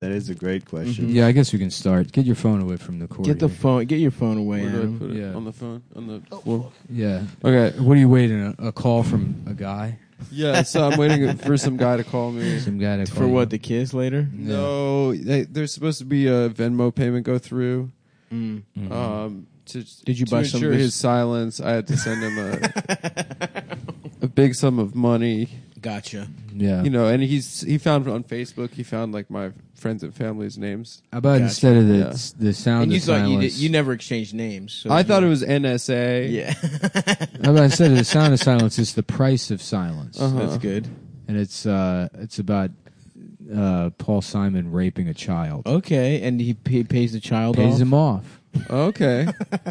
That is a great question. Yeah, I guess we can start. Get your phone away from the cord. Get the here. phone. Get your phone away. Where do I Adam. put it? Yeah. On the phone? On the floor? Yeah. Okay. What are you waiting? A, a call from a guy? Yeah, so I'm waiting for some guy to call me. Some guy to call For what? you? The kiss later? No, they, there's supposed to be a Venmo payment go through. Mm. Mhm. Um, to, Did you to buy some of ensure his- his silence, I had to send him a, a big sum of money. Gotcha. yeah. You know, and he's he found on Facebook. He found like my friends and family's names. How about Gotcha. instead of the Yeah. s- the sound and you of thought you did, silence? you never exchanged names. So I you- thought it was NSA. Yeah, How about instead of the sound of silence, it's the price of silence, Uh-huh. that's good. and it's uh it's about uh Paul Simon raping a child. Okay, and he pa pays the child Pays off. him off. Okay.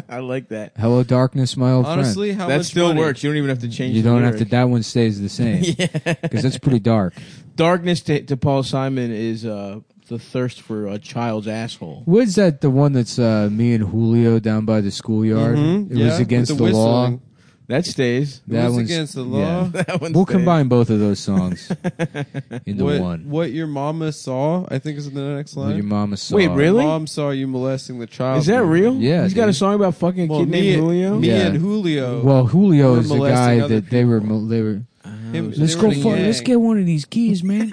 I like that. Hello, darkness, my old Honestly, how that much still money? works. You don't even have to friend. change. You the don't have to. lyric. That one stays the same because that's pretty dark. Darkness to, to Paul Simon is uh, the thirst for a child's asshole. What's that? The one that's uh, me and Julio down by the schoolyard. Mhm, It yeah, was with against the the, law. whistling. That stays. It was one's- against the yeah. law. That one. We'll stays. combine both of those songs into What, one. what your mama saw, I think is in the next What line. your mama saw. Wait, really? Mom saw you molesting the child. Is that real? Yeah, He's got a dude. song about fucking a Well, kid named me, Julio. me Yeah. and Julio. Well, Julio We're is the molesting guy other that they were. mo- They were. Him- Let's they go. were in a Fuck, let's gang. get one of these keys, man.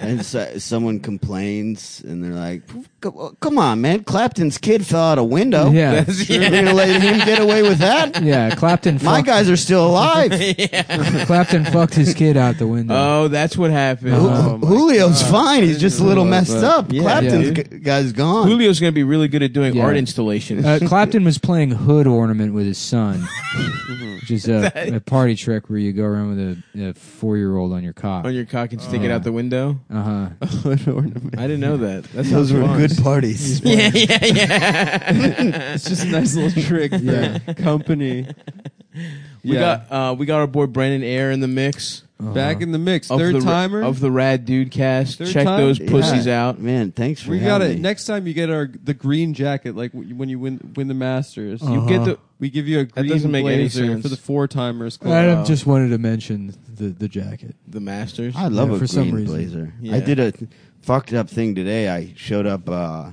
And so, someone complains, and they're like, "Come come on, man! Clapton's kid fell out a window. Yeah. That's true. You're gonna let him get away with that? yeah, Clapton. My fucked, guys are still alive. Clapton fucked his kid out the window. uh, Oh, that's what happened. Ju- Oh my Julio's God. fine. He's Didn't just a little realize messed that. up. Yeah. Clapton's Yeah. g- guy's gone. Julio's going to be really good at doing Yeah. art installations. Uh, Clapton was playing hood ornament with his son, Mm-hmm. which is a, a party trick where you go around with a, a four year old on your cock. on your cock and stick it Yeah. out the window. Uh huh. I didn't know that. That sounds Those were fun. good parties. Yeah, yeah, yeah. It's just a nice little trick for Yeah. company. we Yeah. got uh, we got our boy Brandon Air in the mix. back in the mix. of Third the, timer. of the Rad Dude cast. Third Check time? those Yeah. pussies out. man. Thanks for we got having it. me. Next time you get our the green jacket, like w- when you win win the Masters, Uh-huh. You get the we give you a green doesn't make any blazer sense. for the four timers. Adam Wow. just wanted to mention the, the jacket. the Masters. I love Yeah, a for green some reason. blazer. Yeah. I did a fucked up thing today. I showed up uh,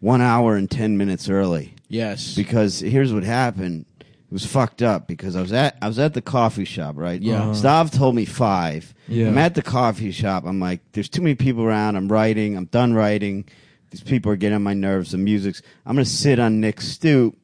one hour and ten minutes early yes. because here's what happened. It was fucked up because I was at I was at the coffee shop, right? Yeah. Uh-huh. Stav told me five. Yeah. I'm at the coffee shop. I'm like, there's too many people around. I'm writing. I'm done writing. These people are getting on my nerves. The music's. I'm gonna sit on Nick's stoop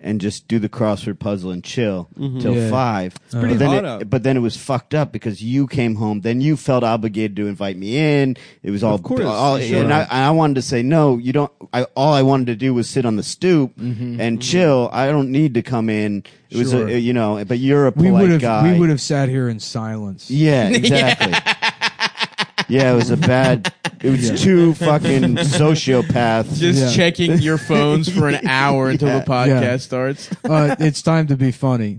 and just do the crossword puzzle and chill till Yeah. five. pretty but then hot it, out. but then it was fucked up because you came home. Then you felt obligated to invite me in. It was all Of course, all- sure. and I, and I wanted to say no. You don't. I all I wanted to do was sit on the stoop and chill. I don't need to come in. It was Mm-hmm. Sure. a, you know. But you're a We polite would have guy. we would have sat here in silence. Yeah, exactly. yeah, it was a bad. It was two fucking sociopaths. just Yeah. checking your phones for an hour until the podcast Yeah. starts. Uh, it's time to be funny.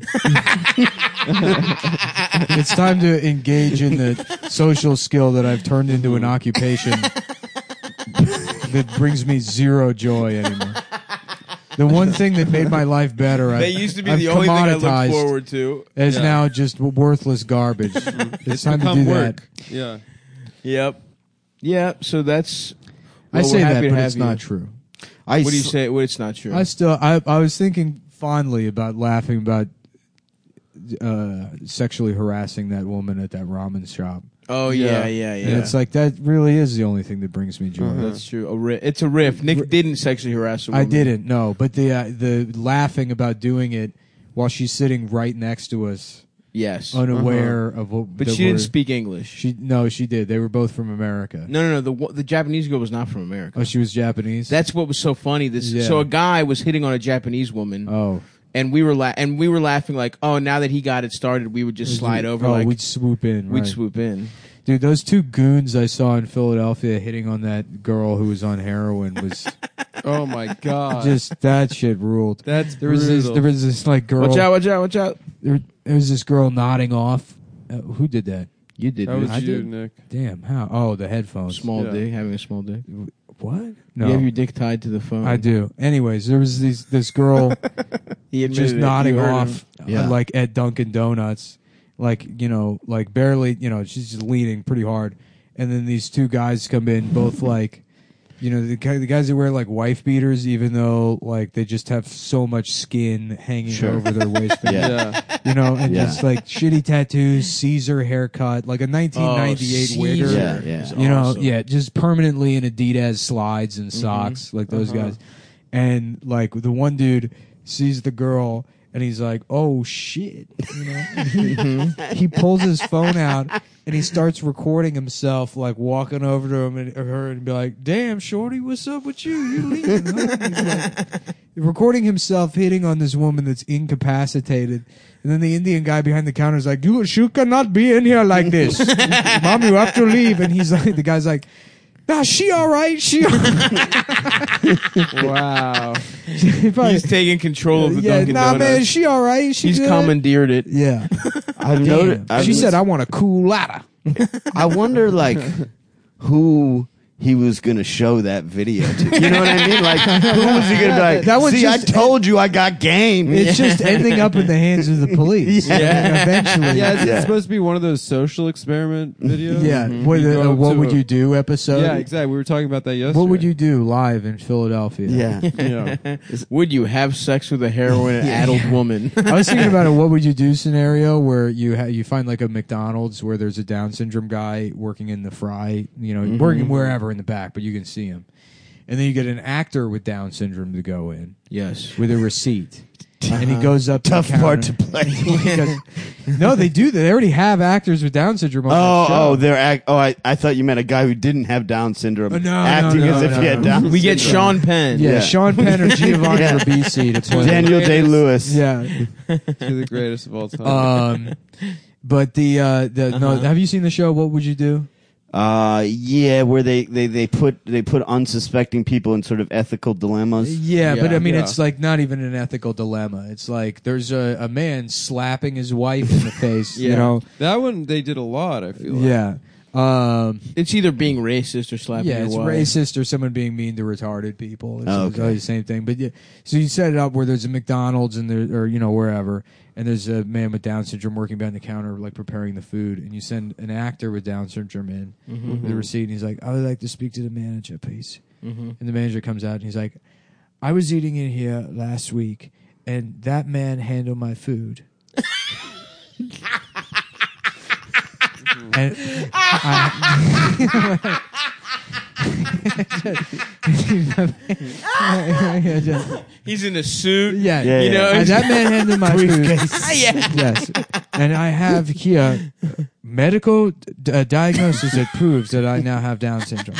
it's time to engage in the social skill that I've turned into an occupation that brings me zero joy anymore. The one thing that made my life better, I, They used to be I've the only thing I looked commoditized forward to. Is Yeah. now just worthless garbage. it's, time to Come do work. that. Yeah. Yep. Yeah. So that's. I well, say we're that, happy to but have it's you. not true. I What do you sl- say? Well, it's not true. I still, I, I was thinking fondly about laughing about uh, sexually harassing that woman at that ramen shop. oh yeah, yeah, Yeah. yeah. Mm-hmm. And it's like that really is the only thing that brings me joy. that's true. A ri- it's a riff. Nick didn't sexually harass a woman. I didn't no, but the uh, the laughing about doing it while she's sitting right next to us, Yes. Oh, unaware of what. Uh-huh. but that she didn't we're- speak English. She no, she did. They were both from America. no, no, no. The wo- the Japanese girl was not from America. Oh, she was Japanese. That's what was so funny. This Yeah. so a guy was hitting on a Japanese woman, oh, and we were la- and we were laughing like, oh, now that he got it started, we would just slide over. Oh, like, we'd we'd, swoop in. right. swoop in. Dude, those two goons I saw in Philadelphia hitting on that girl who was on heroin was Oh my god. just Uh, that shit ruled. that's There was this, brutal. there was this like girl. Watch out! Watch out! Watch out! There, there was this girl nodding off. Uh, who did that? You did that was I you, did. Nick. Damn! How? Oh, the headphones. small Yeah. dick having a small dick. What? You No, have your dick tied to the phone. I do. Anyways, there was these this girl He admitted just it. nodding You heard off, uh, Yeah. like at Dunkin' Donuts, like you know, like barely, you know, she's just leaning pretty hard. and then these two guys come in, both like, you know, the, guy, the guys that wear like wife beaters, even though like they just have so much skin hanging Sure. over their waistband, Yeah. you know, and Yeah. Oh, just like shitty tattoos, Caesar haircut, like a 1998 Oh, wigger. Caesar Yeah, yeah. is You know, awesome. Mm-hmm. yeah, just permanently in Adidas slides and socks, like those Uh-huh. guys. And like the one dude sees the girl and he's like, "Oh shit!" You know? Mm-hmm. he pulls his phone out and he starts recording himself, like walking over to him and or her and be like, "Damn, shorty, what's up with you? You leaving?" huh?" And he's like- recording himself hitting on this woman that's incapacitated. And then the Indian guy behind the counter is like, "You, she cannot be in here like this, mom. You have to leave." And he's like, the guy's like. Nah, she all right. She. All right. Wow. He probably- He's taking control of the yeah, Dunkin' nah, man, Donuts. she all right. She He's good. commandeered it. Yeah. I've Damn. noticed. I've- she said, "I want a culotta." I wonder like who he was gonna show that video to. You know what I mean? Like who was he gonna be like? That was See, I just- told you I got game. It's just ending up in the hands of the police. Yeah. Yeah. Eventually. Yeah, it's, it's Yeah. supposed to be one of those social experiment videos. Yeah. Mhm. What, You the- go up what to would a- you do episode? Yeah, exactly. We were talking about that yesterday. What would you do live in Philadelphia? yeah. Yeah. Would you have sex with a heroin addled woman? I was thinking about a what would you do scenario where you ha- you find like a McDonald's where there's a Down syndrome guy working in the fry, you Mm-hmm. know, working wherever in the back, but you can see him. And then you get an actor with Down syndrome to go in yes. with a receipt. And he goes up to the Uh-huh. Tough part to counter. play. He goes- no, they do that. They already have actors with Down syndrome. On Oh, the show. oh, they're act- oh, I, I thought you meant a guy who didn't have Down syndrome, Oh, no, no, acting no, as if no, he had no. Down. We get syndrome. Sean Penn. Yeah, Yeah. Sean Penn or Giovanni Yeah. Ribisi to play. Daniel Day Lewis. Yeah. You're the greatest of all time. Um, but the uh, the no, Uh-huh. have you seen the show? What would you do? Uh, yeah, where they, they, they put they put unsuspecting people in sort of ethical dilemmas. Yeah, but Yeah. I mean, Yeah. it's like not even an ethical dilemma. It's like there's a, a man slapping his wife in the face. You Yeah. know. that one they did a lot. I feel. Like. Yeah. Um, It's either being racist or slapping yeah, your it's wife. racist or someone being mean to retarded people. It's, Oh, it's okay. always the same thing. But yeah, so you set it up where there's a McDonald's and there, or you know wherever, and there's a man with Down syndrome working behind the counter, like preparing the food, and you send an actor with Down syndrome in Mm-hmm. with the receipt, and he's like, "I would like to speak to the manager, please." Mm-hmm. And the manager comes out and he's like, "I was eating in here last week, and that man handled my food." and yeah, yeah. He's in a suit. yeah. Yeah, You know, And that man handed my food. yeah. Yes, and I have here medical d- uh, diagnosis that proves that I now have Down syndrome.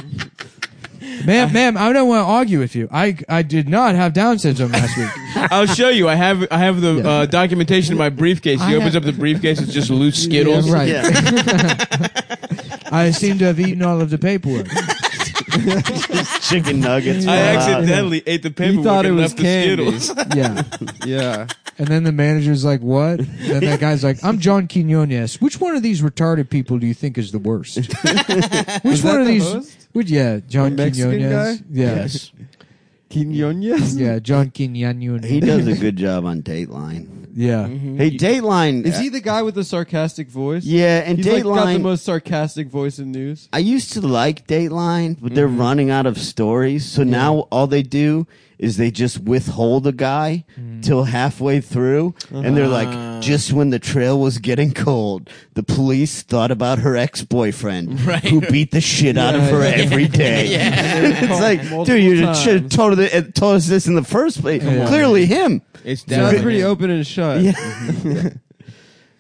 Ma'am, ma'am, I don't want to argue with you. I I did not have Down syndrome last week. I'll show you. I have I have the Yeah. uh, documentation in my briefcase. He I opens have- up the briefcase. It's just loose Skittles. Yeah, right. Yeah. I seem to have eaten all of the paperwork. Chicken nuggets. I uh, accidentally ate the paperwork thought it and was left candy. the Skittles. Yeah, Yeah. and then the manager's like, "What?" And that guy's like, "I'm John Quinones. Which one of these retarded people do you think is the worst? Which Was that one of the these? host? Which yeah, John The Mexican Quinones. guy? Yeah, Yes. Quinones. yeah, John Quinones. he does Mm-hmm. a good job on Dateline. Yeah. Hey, Dateline. Is he the guy with the sarcastic voice? Yeah, and He's like, got the Dateline. most sarcastic voice in news. I used to like Dateline, but they're Mm-hmm. running out of stories. So now all they do is they just withhold a guy Mm. till halfway through. And they're Uh-huh. like, just when the trail was getting cold, the police thought about her ex boyfriend Right. who beat the shit out of her every day. it's like, dude, you should have told, her- told us this in the first place. Yeah. Clearly, him. It's down. That's pretty open and shut.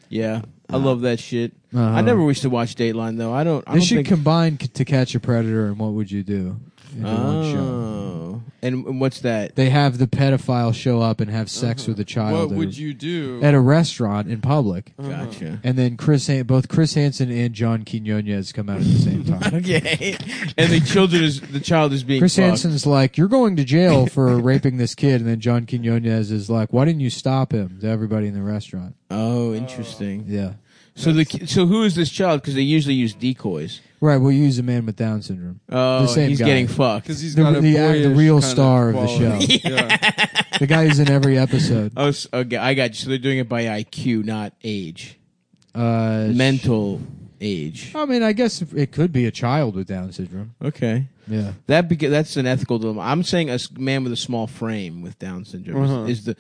Yeah. I love that shit. Uh-huh. I never wish to watch Dateline though. I don't. I They don't should think. combine c- to catch a predator and what would you do? Into one show. oh. And, and what's that? They have the pedophile show up and have sex with a child What at, would a, you do? at a restaurant in public. Uh-huh. Gotcha. And then Chris, Han- both Chris Hansen and John Quinones come out at the same time. Okay. and the children is the child is being Chris fucked. Hansen's like, "You're going to jail for raping this kid," and then John Quinones is like, "Why didn't you stop him?" To everybody in the restaurant. Oh, interesting. Yeah, So the ki- so who is this child? Because they usually use decoys. right. We'll use a man with Down syndrome. Oh, The same he's guy. getting fucked. Because he's The- got a the act- the boyish real kind of star of the quality. Yeah. The guy who's in every episode. Oh, s- okay, I got you. So they're doing it by IQ, not age. Uh, Mental age. I mean, I guess it could be a child with Down syndrome. Okay. Yeah. That beca- that's an ethical dilemma. I'm saying a s- man with a small frame with Down syndrome is- Uh-huh. is, the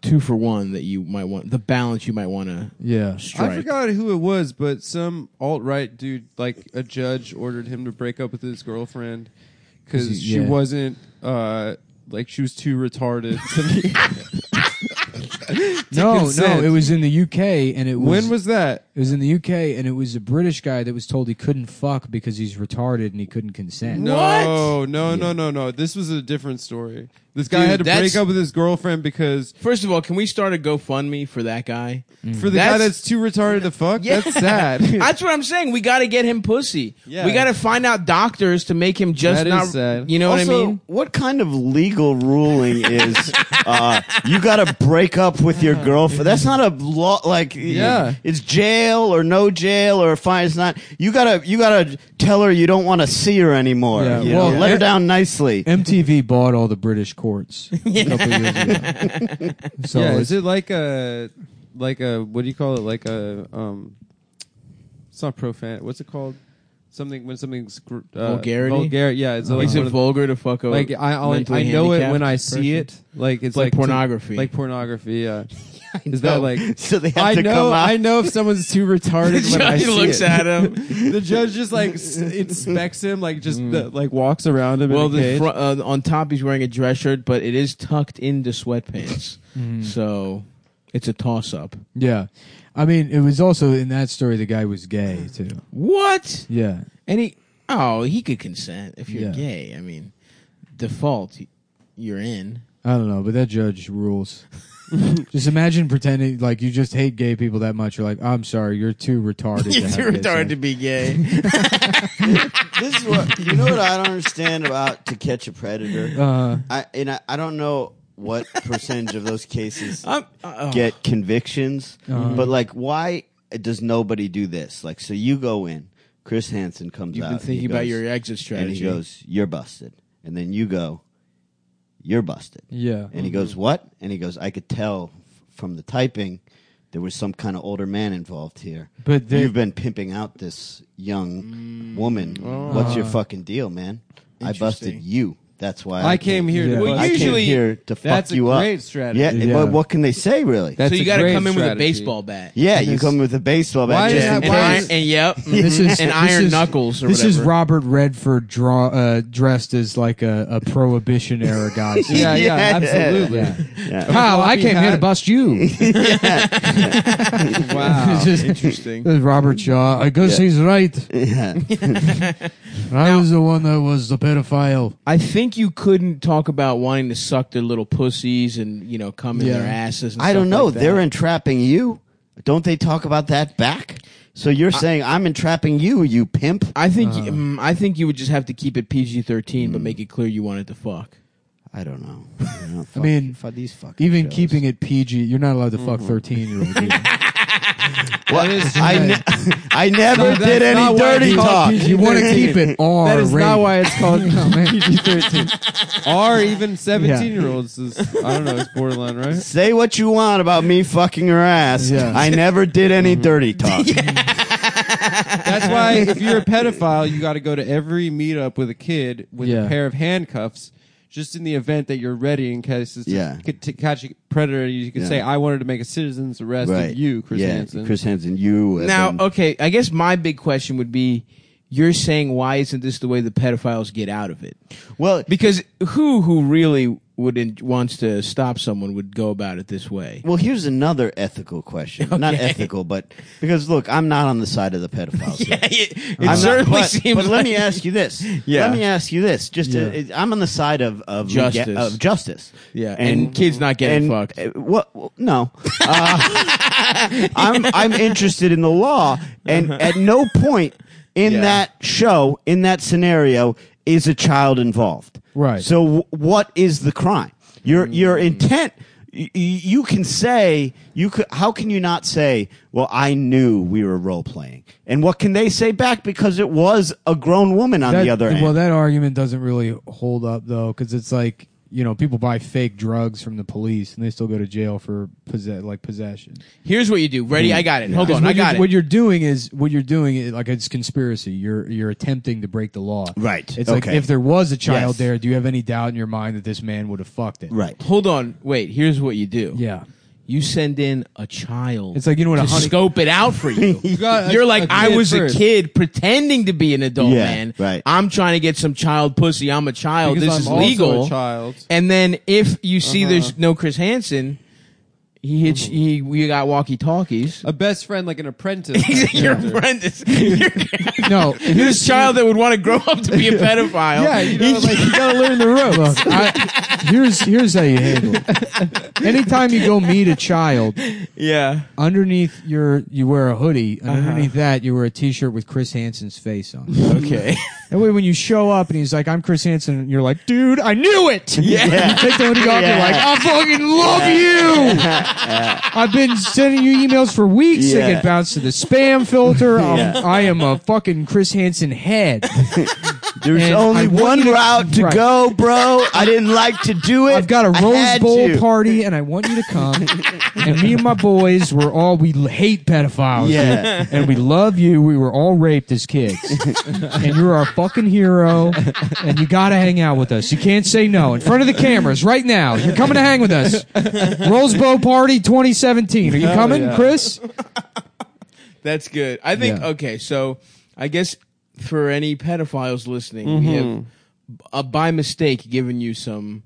two for one that you might want, the balance you might want to Yeah. strike. I forgot who it was, but some alt right dude, like a judge, ordered him to break up with his girlfriend because Is he- she yeah. wasn't uh, like she was too retarded. to be- No, no, consent. it was in the UK and it was when was that? it was in the UK and it was a British guy that was told he couldn't fuck because he's retarded and he couldn't consent. No, no, no, no, no. This was a different story. This guy Dude, had to break that's- up with his girlfriend because First of all, can we start a GoFundMe for that guy? for the guy That's- that's too retarded to fuck, Yeah. that's sad. That's what I'm saying. We got to get him pussy. Yeah. We got to find out doctors to make him just That is not. sad. You know what I Also, mean? What kind of legal ruling is uh, you got to break up with your girlfriend? That's not a law. Like, Yeah. it's jail or no jail or a fine. It's not. You gotta you gotta tell her you don't want to see her anymore. Yeah, you well, know? let her it- down nicely. MTV bought all the British courts a couple years ago. So yeah, it's- is it like a like a what do you call it? Like a um, it's not profan. What's it called? Something when something's gr- uh, Vulgarity? Oh, Vulgar, yeah. It's like Is one it of the- vulgar to fuck a like I I'll- mentally I know it when handicapped I see person? it. Like it's Like like, pornography. like pornography. Yeah. Is that like? so they have I to know. come out? I know if someone's too retarded when I He see looks it. at him. the judge just like s- inspects him, like just the, like walks around him. Well, in a the cage. fr- uh, on top he's wearing a dress shirt, but it is tucked into sweatpants, so it's a toss-up. yeah. I mean, it was also in that story the guy was gay too. What? Yeah. And he? Oh, he could consent if you're Yeah. gay. I mean, default, you're in. I don't know, but that judge rules. just imagine pretending like you just hate gay people that much. You're like, I'm sorry, you're too retarded. to You're have too gay retarded to sex." be gay. this is what you know what I don't understand about to catch a predator. Uh, I and I, I don't know what percentage of those cases I'm, uh, get convictions, but like why does nobody do this? Like so you go in, Chris Hansen comes You've out. been and he thinking about goes- your exit strategy. and he goes, "You're busted." And then you go, "You're busted." yeah. And he goes, "What?" And he goes, "I could tell f- from the typing there was some kind of older man involved here. But they- you've been pimping out this young woman. What's your fucking deal, man? I busted Interesting. you. That's why I came here. Yeah. To Well, I bust came Usually- here to That's fuck a you up. great strategy. Yeah, Yeah. But what can they say, really? That's so you a got to great come in with a strategy. baseball bat. yeah, That you is- come with a baseball Why bat. did Just I- in And, why case. is- iron, and yep, This is and this iron is- knuckles. Or this is whatever. Robert Redford draw, uh, dressed as like a, a prohibition era guy. Yeah, yeah, Yeah. absolutely. Yeah. Yeah. Pal, I Floppy came here to hat. bust you. Wow. It's just- Interesting. it's Uh, Robert Shaw. I guess he's right. Yeah. I was the one that was the pedophile. I think you couldn't talk about wanting to suck their little pussies and you know come in Yeah. their asses. And I stuff don't know. like that. They're entrapping you. Don't they talk about that back? So you're saying I'm entrapping you, you pimp? I think y- mm, I think you would just have to keep it PG thirteen, but make it clear you wanted to fuck. I don't know. I, don't fuck- mean, fuck these fucking Even shows. keeping it PG, you're not allowed to fuck Mm-hmm. 13 year old. Well, I, ne- I never No, that's did not any why dirty it's called talk. PG. You want to keep it R. That is not rated. why it's called No, man. PG thirteen. Or even seventeen year olds is I don't know, it's borderline, right? Say what you want about me fucking her ass. Yeah. I never did any dirty talk. That's why if you're a pedophile, you gotta go to every meetup with a kid with Yeah. a pair of handcuffs. Just in the event that you're ready in case it's Yeah. to, to catch a predator, you can Yeah. say, "I wanted to make a citizen's arrest Right. of you, Chris yeah, Hansen." Chris Hansen, you. have Now, been- okay, I guess my big question would be: You're saying why isn't this the way the pedophiles get out of it? well, Because who who really would en- wants to stop someone would go about it this way? well, here's another ethical question. Not Okay. ethical, but because look, I'm not on the side of the pedophiles. here. it, it I'm not- certainly but, seems. but like, let me ask you this. Yeah. Let me ask you this. Just to- Yeah. it- I'm on the side of of lega- Justice. of justice. Yeah, and kids not getting fucked. uh, What? well, no. Uh, I'm I'm interested in the law, and at no point in Yeah. that show, in that scenario, is a child involved. Right. So w- what is the crime? Your your intent. y- y- You can say you could. How can you not say? Well, I knew we were role playing, and what can they say back because it was a grown woman on That- the other end? Well, that argument doesn't really hold up though, because it's like you know, people buy fake drugs from the police and they still go to jail for possess like possession. Here's what you do. Ready? I got it. Hold 'Cause on. what I got you're, it. What you're doing is what you're doing is like it's conspiracy. You're you're attempting to break the law. Right. It's like Okay. if there was a child Yes. there, do you have any doubt in your mind that this man would have fucked it? Right. Hold on. Wait. Here's what you do. Yeah. You send in a child. It's like you know what to a honey. scope it out for you. got a- You're like, a I kid was first." a kid pretending to be an adult Yeah, man. right. I'm trying to get some child pussy. I'm a child. Because this I'm is also legal. a child. And then if you see there's no Chris Hansen, he hits. He we got walkie talkies. a best friend like an apprentice. Your friend is your, No, this child that would want to grow up to be a pedophile. yeah, you know, like you gotta learn the ropes. Look, I, here's here's how you handle it. Anytime you go meet a child, yeah. underneath your you wear a hoodie, Uh-huh. and underneath that you wear a T-shirt with Chris Hansen's face on. it. Okay. that way, when you show up and he's like, "I'm Chris Hansen," and you're like, "Dude, I knew it." Yeah. You take the hoodie off, you're like, "I fucking love you." I've been sending you emails for weeks. They Yeah. get bounced to the spam filter. I'm- Yeah. I am a fucking Chris Hansen head. There's And I only want one you to- route to right. go, bro. I didn't like to do it. I've got a I Rose had Bowl to. party, and I want you to come. and me and my boys were all we l- hate pedophiles. Yeah. and we love you. We were all raped as kids, and you're our fucking hero. And you gotta hang out with us. You can't say no in front of the cameras right now. You're coming to hang with us. Rose Bowl party 2017. Are you coming, yeah. Chris? That's good. I think Yeah. okay, so I guess for any pedophiles listening, we have Mm-hmm. uh, by mistake given you some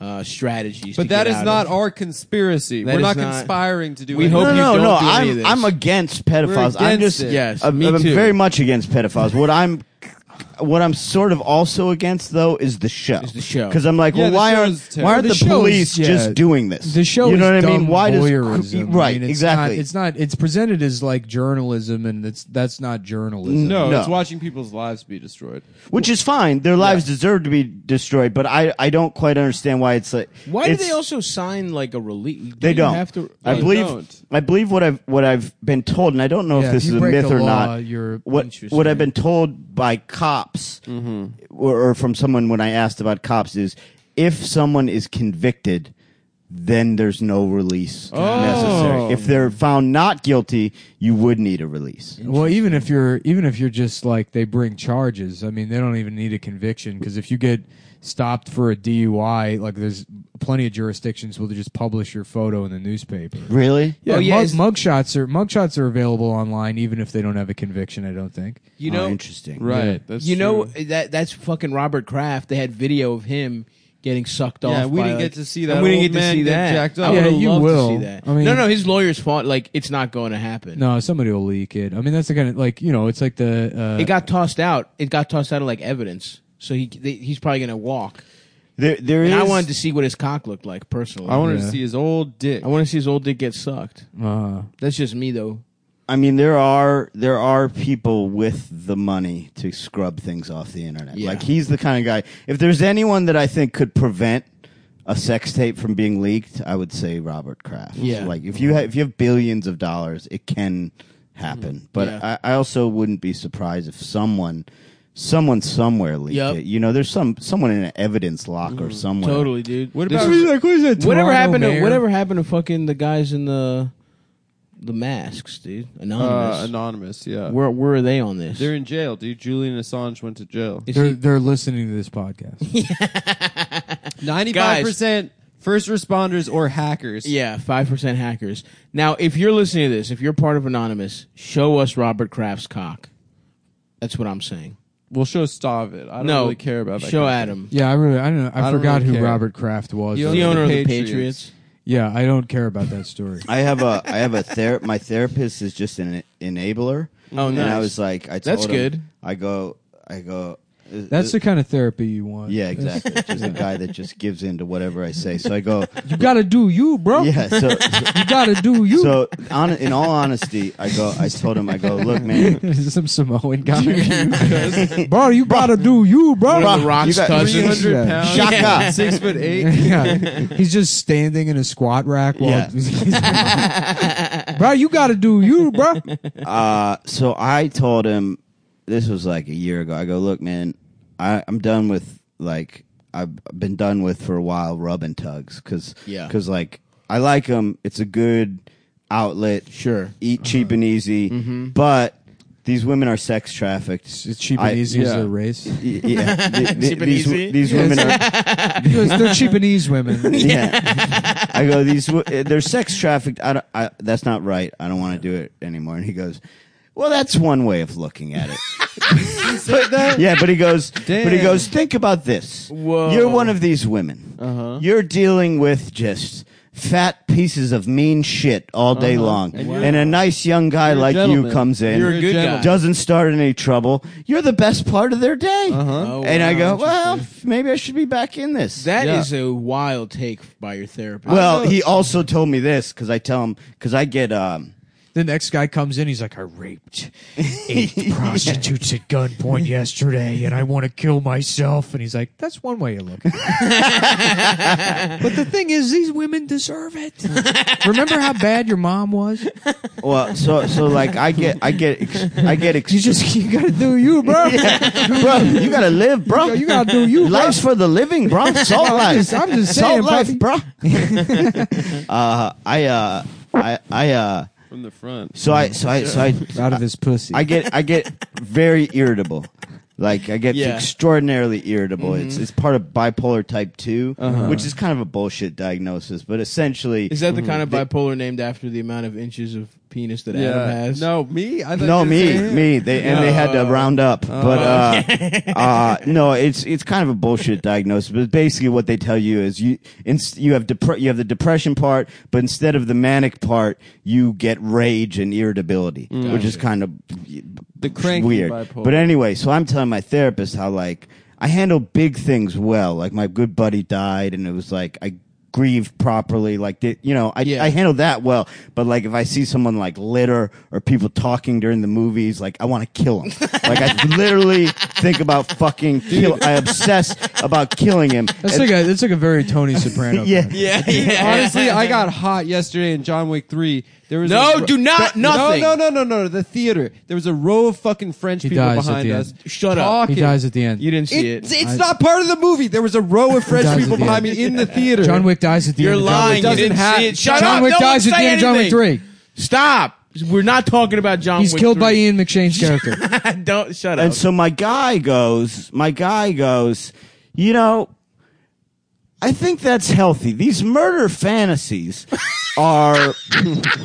uh, strategies. to But that get is out not of- our conspiracy. That We're is not not- conspiring to do. We anything. hope no, you no, don't no. do any I'm of this. I'm against pedophiles. I'm against just it. Yes, I'm, me I'm too. very much against pedophiles. What I'm what I'm sort of also against though is the show. Is the show. Because I'm like, Yeah, well, the why show aren't is terrible. why aren't The the, show is- police yeah. just doing this? The show you know is what I mean? dumb Why voyeurism. I does right mean, it's exactly? Not, it's not. It's presented as like journalism, and it's that's not journalism. No, No. it's watching people's lives be destroyed. Which is fine. Their lives deserve to be destroyed, but I I don't quite understand why it's like Why do it's- they also sign like a release? They don't. have to. I They believe. don't. I believe what I've what I've been told, and I don't know Yeah, if this if is you a break myth the or law, not. you're- what Interesting. what I've been told by cops, or, or from someone when I asked about cops is, if someone is convicted, then there's no release necessary. If they're found not guilty, you would need a release. Well, even if you're even if you're just like they bring charges, I mean they don't even need a conviction because if you get stopped for a DUI, like there's plenty of jurisdictions where they just publish your photo in the newspaper. Really? Yeah, Oh, yeah, mug, it's- mugshots are mugshots are available online even if they don't have a conviction. I don't think. You Oh, know, interesting. Right. That's you know true. that that's fucking Robert Kraft. They had video of him getting sucked off. Yeah, we by, didn't like- get to see that and We didn't old get to man see get that. jacked I up. would Yeah, have you loved will. To see that. I mean- no, no, his lawyers fought like it's not going to happen. No, somebody will leak it. I mean that's the kind of like you know it's like the uh, it got tossed out. It got tossed out of like evidence. So he they, he's probably gonna walk. There, there And I is- wanted to see what his cock looked like personally. I wanted Yeah. to see his old dick. I want to see his old dick get sucked. uh, That's just me though. I mean, there are there are people with the money to scrub things off the internet. Yeah. Like he's the kind of guy. If there's anyone that I think could prevent a sex tape from being leaked, I would say Robert Kraft. Yeah. Like if you ha- if you have billions of dollars, it can happen. But Mm-hmm. Yeah. I, I also wouldn't be surprised if someone. Someone somewhere leaked Yep. it. You know, there's some someone in an evidence lock or somewhere. Mm-hmm. Totally, dude. What This about- is- like what is that? whatever happened to mayor? whatever happened to fucking the guys in the the masks, dude? uh, Anonymous. anonymous. Yeah, where where are they on this? they're in jail, dude. Julian Assange went to jail. Is They're he- they're listening to this podcast. Ninety-five percent first responders or hackers. Yeah, five percent hackers. Now, if you're listening to this, if you're part of Anonymous, show us Robert Kraft's cock. That's what I'm saying. We'll show Stav it. I don't no, really care about that. Show guy. Adam, Yeah, I really I don't know. I, I don't forgot really who care. Robert Kraft was. You the don't- owner of the Patriots. Patriots. yeah, I don't care about that story. I have a I have a ther- my therapist is just an enabler. Oh, And I nice. was like, I told That's him, good. I go, I go. "Is- That's is- the kind of therapy you want. yeah, exactly. just a guy that just gives in to whatever I say. So I go, You gotta do you, bro. yeah. So, You gotta do you. so on, in all honesty, I go. I told him, I go, look, man, Some Samoan guy. bro, you gotta do you, bro. One of the Rock's you got- Three cousins. hundred Yeah. pounds. Shaka. Yeah. Six foot eight. yeah. He's just standing in a squat rack while Bro, you gotta do you, bro. uh, so I told him this was like a year ago. I go, look, man, I, I'm done with like I've been done with for a while, rub and tugs, because Yeah. like I like them. It's a good outlet. Sure. Mm-hmm. eat cheap and easy, but these women are sex trafficked. It's cheap and I- easy as yeah. a race. Y- Yeah, Th- th- Cheap and these, easy? these Yeah, women are. it's- Because they're cheapanese women. Yeah, I go. These wo- uh, they're sex trafficked. I don't. I, that's not right. I don't want to do it anymore. And he goes, well, that's one way of looking at it. yeah, but he goes. But he Damn. goes. Think about this. Whoa. You're one of these women. Uh-huh. You're dealing with just fat pieces of mean shit all day long, And and, you're- a nice young guy You're a like you gentleman. comes in. You're a good guy. doesn't start any trouble. You're the best part of their day. Uh-huh. Oh, and I go, wow, well, f- maybe I should be back in this. That Yeah. is a wild take by your therapist. well, know. he also told me this because I tell him because I get um, The next guy comes in, he's like, I raped eight prostitutes at gunpoint yesterday and I want to kill myself. And he's like, That's one way you look at it. but the thing is, these women deserve it. Remember how bad your mom was? well, so so like I get I get ex- I get ex- You just, you got to do you, bro. bro, you gotta live, bro. You gotta do you, bro. Life's for the living, bro. Salt I'm life. just- I'm just saying, Salt life, puppy. bro. uh, I uh, I I uh, From the front. so I so I so I Out of his pussy. I get I get very irritable. Like I get Yeah. extraordinarily irritable. It's Mm-hmm. it's part of bipolar type 2 Uh-huh. which is kind of a bullshit diagnosis, but essentially is that the kind of bipolar named after the amount of inches of penis that Adam has? No, me. I thought no you me said- me they and they had to Oh. round up but uh, uh no it's it's kind of a bullshit diagnosis but basically what they tell you is you inst- you have depre- you have the depression part but instead of the manic part you get rage and irritability which is kind of The cranky weird bipolar. but anyway so i'm telling my therapist how like i handle big things well like my good buddy died and it was like i grieved properly like did you know i Yeah. i handle that well but like if i see someone like litter or people talking during the movies like i want to kill them like i literally think about fucking kill i obsess about killing him That's And- like a that's like a very Tony Soprano. yeah kind of- Yeah, yeah. Honestly, I got hot yesterday in John Wick Three. There was No, a, do not- No, nothing. No, no, no, no, no. The theater. There was a row of fucking French He people dies at behind the us. end. Shut up. talking. He dies at the end. You didn't see it. It's, it's not part of the movie. There was a row of French dies at people the behind end. me in the theater. John Wick dies at the You're end. of John lying. Wick. You doesn't didn't have- see it. Shut John up. Wick No dies one at the say end of John Wick anything. Three. Stop. We're not talking about John He's Wick killed by 3. Ian McShane's character. Don't shut up. And so my guy goes, my guy goes, you know, I think that's healthy. These murder fantasies are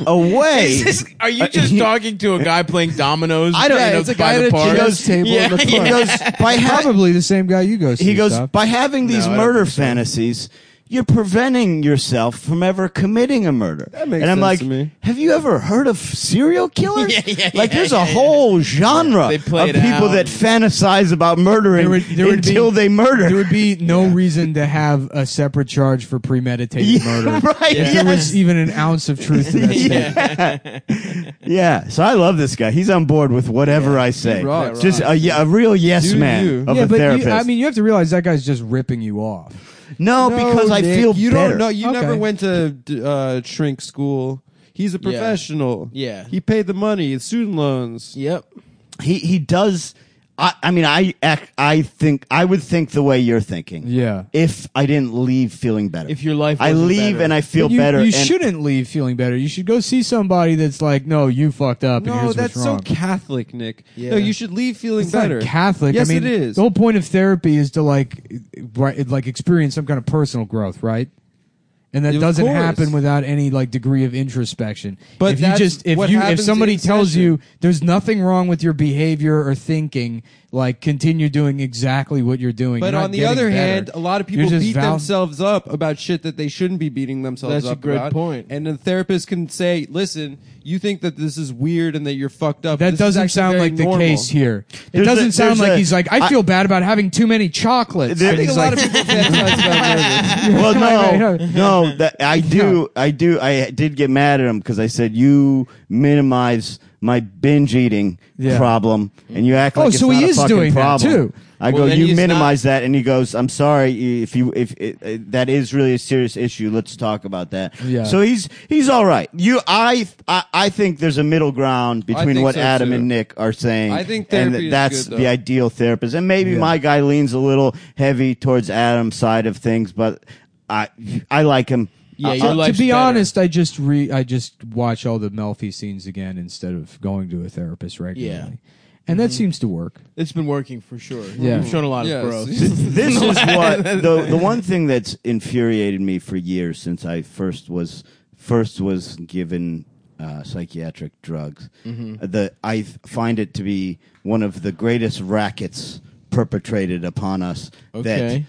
a way. Is this- are you just talking to a guy playing dominoes? I don't- you Yeah, know, it's a by guy the at a park? chess table in the He park. goes by having. Probably the same guy you go see. He goes Stav. by having these I don't murder think so. fantasies. You're preventing yourself from ever committing a murder. That makes and I'm sense like, to me. have you ever heard of serial killers? Yeah, yeah, like, yeah, there's yeah, a yeah. whole genre They play of it people out. that fantasize about murdering There would- there would be- until they murder. There would be no reason to have a separate charge for premeditated murder. right? If there was even an ounce of truth to that statement. Yeah, so I love this guy. He's on board with whatever I say. rocks. Just a, yeah, a real yes Do man you. of yeah, a but therapist. you, I mean, you have to realize that guy's just ripping you off. no, No, because I Nick, feel you better. don't know. You Okay. never went to d- uh, shrink school. He's a professional. Yeah. He paid the money. It's student loans. Yep. He he does. I, I mean, I act, I think I would think the way you're thinking. Yeah. If I didn't leave feeling better. If your life I wasn't leave better. and I feel But you, better. You and- shouldn't leave feeling better. You should go see somebody that's like, no, you fucked up. and No, here's that's what's so wrong. Catholic, Nick. Yeah. No, you should leave feeling It's better. not Catholic. Yes, I mean, it is. The whole point of therapy is to like, right, like experience some kind of personal growth, right? And that Of doesn't course. happen without any like degree of introspection. But if you that's just if what you if happens somebody in tells session. you there's nothing wrong with your behavior or thinking, like continue doing exactly what you're doing. But You're not on the getting other better. hand, a lot of You're people just beat val- themselves up about shit that they shouldn't be beating themselves That's a up great about. point. And the therapist can say, "Listen, you think that this is weird and that you're fucked up. That This is doesn't actually sound very like the normal." case here. It There's doesn't a- sound there's like a- he's like, I feel bad about having too many chocolates. There- I think a He's lot of like- people fantasize about murder. well, Right, no, right, right. no, that I do, I do, I did get mad at him because I said you minimize my binge eating Yeah. problem, and you act like Oh, it's so he not a is fucking doing that, problem. too. I Well, go, then you he's minimize that, and he goes, I'm sorry if you if it, it, that is really a serious issue. Let's talk about that. Yeah. So he's he's all right. You, I, I, I think there's a middle ground between think what so, Adam too. and Nick are saying. I think and therapy is that's good, the though. ideal therapist, and maybe Yeah. my guy leans a little heavy towards Adam's side of things, but I I like him. Uh, Yeah, I- you're I- like- to life's be better. honest, I just re I just watch all the Melfi scenes again instead of going to a therapist regularly. Yeah. And Mm-hmm. that seems to work. It's been working for sure. Yeah. You've shown a lot Yes. of growth. this is what the the one thing that's infuriated me for years since I first was first was given uh, psychiatric drugs. Mm-hmm. The I find it to be one of the greatest rackets perpetrated upon us Okay. that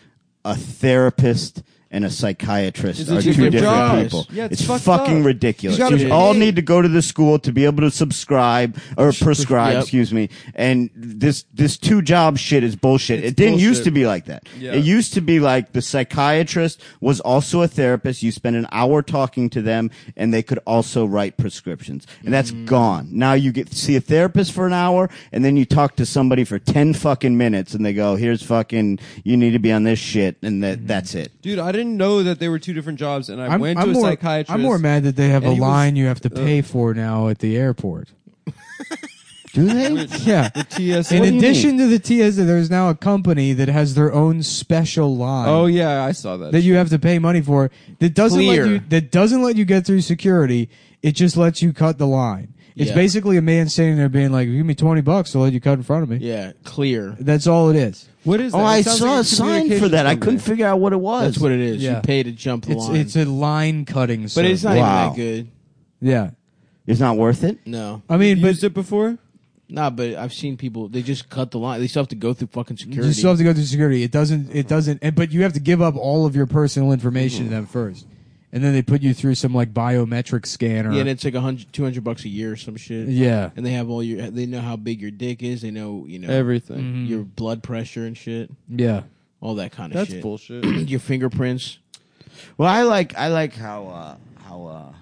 a therapist and a psychiatrist It's are two two different different jobs. people. Yeah, it's fucked fucking up. ridiculous. You gotta You be- all need to go to the school to be able to subscribe or prescribe, Yep. excuse me. And this this two job shit is bullshit. It's it didn't used bullshit. to be be like that. Yeah. It used to be like the psychiatrist was also a therapist. You spend an hour talking to them and they could also write prescriptions. And that's Mm. gone. Now you get to see a therapist for an hour and then you talk to somebody for 10 fucking minutes and they go, here's fucking, you need to be on this shit. And that, Mm. that's it. Dude, I didn't know that they were two different jobs, and I I'm, went I'm to a more, psychiatrist. I'm more mad that they have and a he was- uh, line you have to pay for now at the airport. Do they? Yeah. TS. In What do you addition to the TSA, there's now a company that has their own special line. oh yeah, I saw that. that you have to pay money for that doesn't Clear. let you that doesn't let you get through security. It just lets you cut the line. It's Yeah. basically a man standing there being like, "Give me twenty bucks, I'll let you cut in front of me." Yeah, clear. That's all it is. what is? Oh, that? It I sounds saw like a sign for communications that. I company. couldn't figure out what it was. That's what it is. Yeah. You pay to jump the It's line. it's a line cutting. but it's not service. Wow. even that good. Yeah, It's not worth it. No. I mean, You but used it before. Nah, but I've seen people. They just cut the line. They still have to go through fucking security. you still have to go through security. It doesn't. It doesn't. And but you have to give up all of your personal information to Mm. them first, and then they put you through some like biometric scanner. yeah, and it's like a hundred, two hundred bucks a year or some shit. yeah. And they have all your. They know how big your dick is. They know you know Everything. your blood pressure and shit. Yeah. All that kind of That's shit. bullshit. your fingerprints. Well, I like I like how uh, how uh,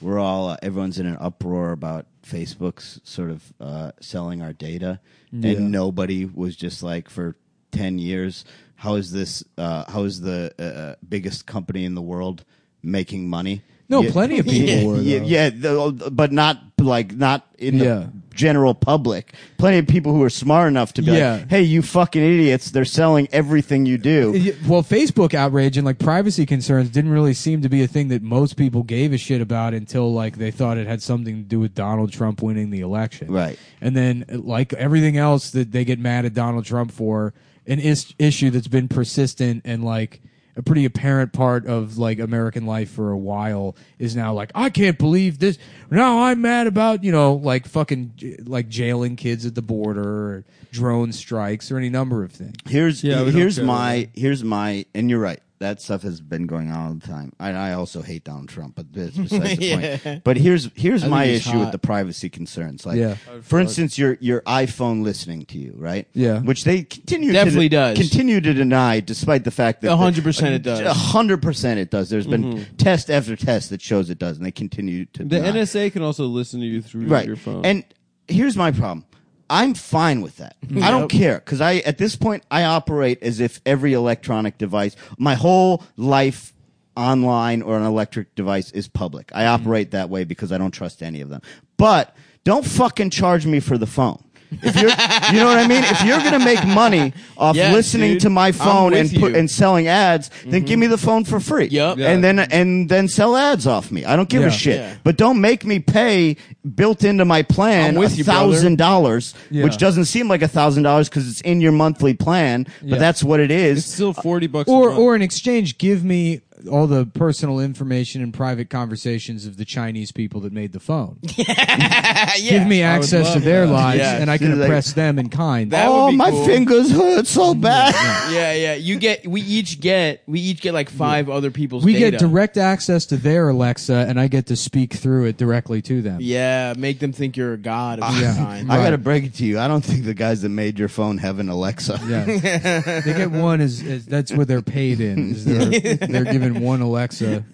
we're all uh, everyone's in an uproar about Facebook's sort of uh, selling our data, Yeah. and nobody was just like for ten years. How is this? Uh, how is the uh, uh, biggest company in the world making money? No, Yeah. plenty of people yeah, were. yeah, though. yeah, the- but not like not in the Yeah. general public. Plenty of people who are smart enough to be Yeah. like, "Hey, you fucking idiots! They're selling everything you do." Yeah, Well, Facebook outrage and like privacy concerns didn't really seem to be a thing that most people gave a shit about until like they thought it had something to do with Donald Trump winning the election. Right. And then like everything else that they get mad at Donald Trump for, an is- issue that's been persistent and like a pretty apparent part of like American life for a while is now like I can't believe this. Now I'm mad about you know like fucking j- like jailing kids at the border, or drone strikes, or any number of things. Here's Yeah, we don't here's care about my here's my and you're right. That stuff has been going on all the time. I, I also hate Donald Trump, but that's besides the Yeah. point. But here's here's I think my he's issue hot. with the privacy concerns. Like, Yeah. for instance, your your iPhone listening to you, right? Yeah. which they continue Definitely to, de- does. continue to deny, despite the fact that 100% it does. Mm-hmm. hundred percent it does. There's been test after test that shows it does, and they continue to The deny. NSA can also listen to you through your phone. And here's my problem. I'm fine with that. I don't care because I, at this point, I operate as if every electronic device, my whole life online or an electric device is public. Mm-hmm. I operate that way because I don't trust any of them. But don't fucking charge me for the phone. If you're, you know what I mean? If you're gonna make money off Yes, listening dude. to my I'm phone and with put, you. Mm-hmm. and selling ads, then give me the phone for free. Yup. Yeah. And then and then sell ads off me. I don't give Yeah. a shit. Yeah. But don't make me pay built into my plan I'm with a you, brother. thousand dollars, Yeah. which doesn't seem like a thousand dollars because it's in your monthly plan. But Yeah. that's what it it's is. still forty bucks. a or month. or in exchange give me all the personal information and private conversations of the chinese people that made the phone give me I would access to love their that. lives Yeah. and i She's can like- oppress them in kind That would oh, be my cool. Mm, fingers hurt so bad. yeah, yeah. You get. We each get. We each get like five other people's. we data. get direct access to their alexa and i get to speak through it directly to them Yeah, make them think you're a god of Yeah. some kind. I Right. gotta break it to you. I don't think the guys that made your phone have an Alexa. Yeah. they get one is, is that's what they're paid in is they're, they're given woman, one Alexa,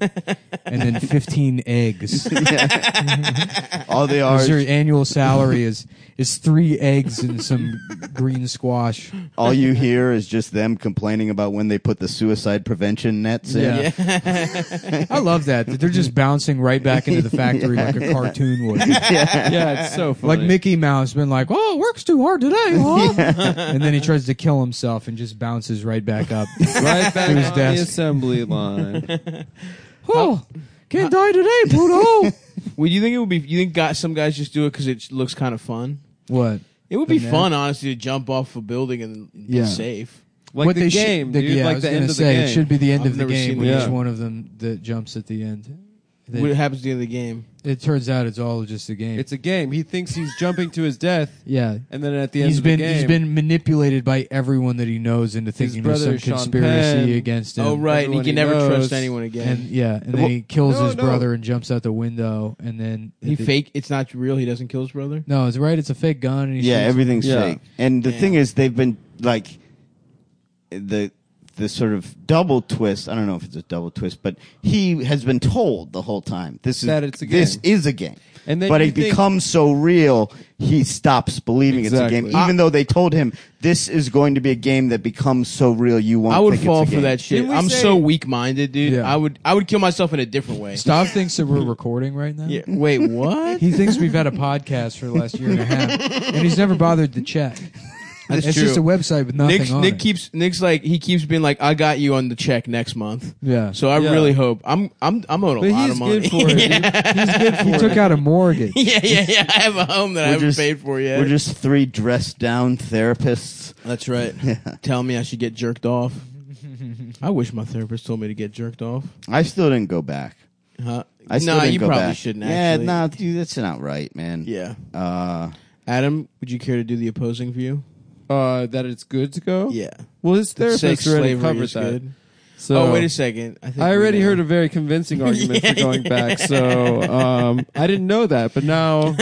and then 15 eggs. All they are, Because is- your annual salary is is three eggs and some green squash. all you hear is just them complaining about when they put the suicide prevention nets in. Yeah. I love that. that They're just bouncing right back into the factory like a cartoon would. yeah, it's so funny. Like Mickey Mouse been like, "Oh, works too hard today, huh?" And then he tries to kill himself and just bounces right back up. right his back on the desk. assembly line. oh, can't die today, Pluto. Would you think it would be? You think guys, some guys just do it because it looks kind of fun? what? It would be The net. fun, honestly, to jump off a building and be Yeah. safe. Like what the they should- game, the- dude. yeah, I like was the gonna end of the say, game. It should be the end I've of the never game seen when that. each Yeah. one of them that jumps at the end. They- what happens at the end of the game? it turns out it's all just a game. It's a game. He thinks he's jumping to his death, yeah, and then at the end he's of the been game, he's been manipulated by everyone that he knows into His thinking there's some brother, Sean conspiracy Penn. against him. oh right, and he everyone he can never knows. trust anyone again. and yeah, and then Well, he kills no, his no. brother and jumps out the window, and then he at the- fake. It's not real. He doesn't kill his brother. No, it's right. It's a fake gun. And he Yeah, shoots- everything's Yeah. fake. And the Yeah. thing is, they've been like the the sort of double twist. I don't know if it's a double twist, but he has been told the whole time this is That it's a this game. is a game. And then but you it think- becomes so real, he stops believing it's a game, Exactly. even though they told him this is going to be a game that becomes so real you won't. I would think fall it's a for game. that shit. Didn't we I'm say- so weak minded, dude. Yeah. I would I would kill myself in a different way. Stav thinks that we're recording right now. Yeah. Wait, what? He thinks we've had a podcast for the last year and a half, and he's never bothered to check. That's it's true. just a website with nothing Nick's, on Nick it. keeps Nick's like he keeps being like I got you on the check next month. yeah, So I Yeah. really hope I'm I'm I'm owed a But lot he's of money. good for it. dude. He's good for he it. took out a mortgage. yeah, yeah, yeah. I have a home that I We're haven't just- paid for yet. We're just three dressed down therapists. That's right. Tell me I should get jerked off. I wish my therapist told me to get jerked off. I still didn't go back. Huh? I still nah, didn't you go probably back. shouldn't. Yeah, Actually. no, dude, that's not right, man. Yeah. Uh, Adam, would you care to do the opposing view? uh, that it's good to go. Yeah. Well, his Sex therapist already slavery covered is that. good. So oh wait a second. I, think I we already know. heard a very convincing argument for going back, so um, I didn't know that, but now,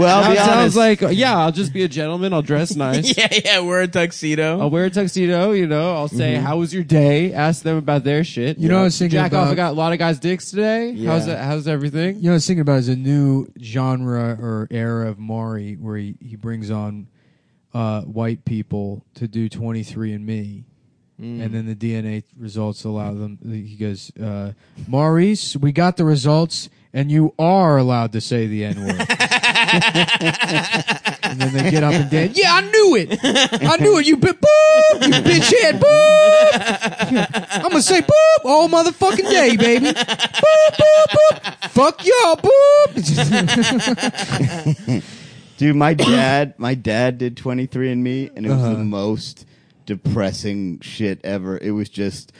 well, I'll now be it sounds honest. like yeah, I'll just be a gentleman. I'll dress nice. Yeah, yeah. Wear a tuxedo. I'll wear a tuxedo, you know. I'll say, Mm-hmm. "How was your day?" Ask them about their shit. You know, I was thinking Jack off. I about- got a lot of guys' dicks today. Yeah. How's that, how's everything? You know, I was thinking about is a new genre or era of Maury where he, he brings on uh, white people to do 23andMe. Hmm. And then the DNA results allow them. He goes, uh, Maurice, we got the results, and you are allowed to say the N word. and then they get up and dance. Yeah, I knew it. I knew it. You bi- boop, you bitch head boop. I'm gonna say boop all motherfucking day, baby. Boop boop boop. Fuck y'all, boop. Dude, my dad, my dad did 23andMe, and it was Uh-huh. the most depressing shit ever. It was just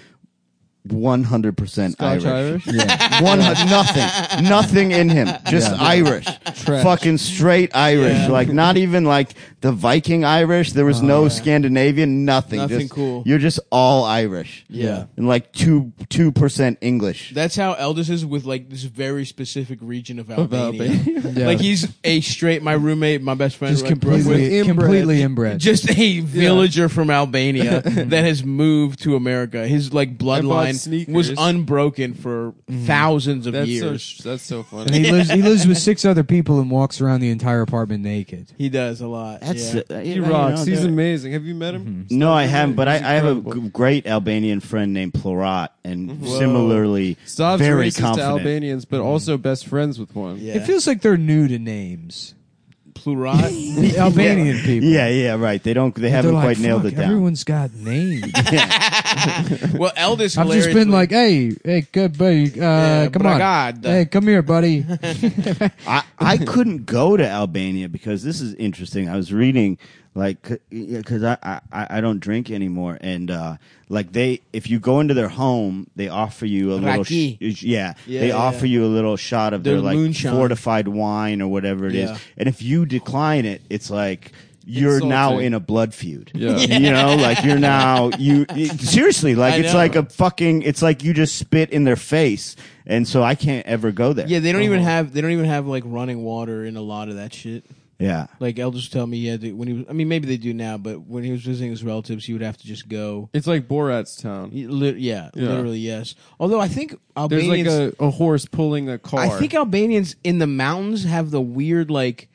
100 percent Scotch Irish. Irish. One hun- nothing, nothing in him. Just Irish, fucking straight Irish. Yeah. Like not even like the Viking Irish. There was no Scandinavian. Oh, Nothing. Nothing Just- cool. You're just all Irish. Yeah. and like two two percent English. That's how Eldest is with like this very specific region of Albania. Albania. Yeah. Like he's a straight. My roommate, my best friend, Just who I grew up with, completely, inbred. completely inbred. just a villager from Albania that has moved to America. His like bloodline sneakers. was unbroken for thousands of That's so. years. sh- That's so and funny. he lives. He lives with six other people and walks around the entire apartment naked. he does a lot. That's yeah. uh, He you know, rocks. you know, He's that- amazing. Have you met him? No, I haven't, but I, He's I have a incredible. g- great Albanian friend named Plorat, and similarly, Stav's very racist to confident. Albanians, but also best friends with one. yeah. It feels like they're new to names. Plurat. Albanian people. Yeah, yeah, right. They don't. They They're haven't like, quite nailed "Fuck, it down. Everyone's got names. well, Eldest. I've just been like, hey, hey, good buddy, uh, Yeah, come on, bragad. hey, come here, buddy. I, I couldn't go to Albania because this is interesting. I was reading like because I, I I don't drink anymore, and uh, like they if you go into their home, they offer you a little sh- Raki. yeah, Yeah, they yeah, offer you a little shot of Their their, like moonshine. fortified wine or whatever it is, Yeah. and if you decline it, it's like. You're now Insulting. in a blood feud. Yeah. Yeah. You know, like you're now you it- seriously like I it's know. like a fucking it's like you just spit in their face and so I can't ever go there. yeah, they don't even have they don't even have like running water in a lot of that shit. Yeah. Like elders tell me he had to when he was. I mean, maybe they do now, but when he was visiting his relatives, he would have to just go. It's like Borat's town. Li- yeah, Yeah. literally yes. Although I think There's Albanians, like a, a horse pulling a car. I think Albanians in the mountains have the weird like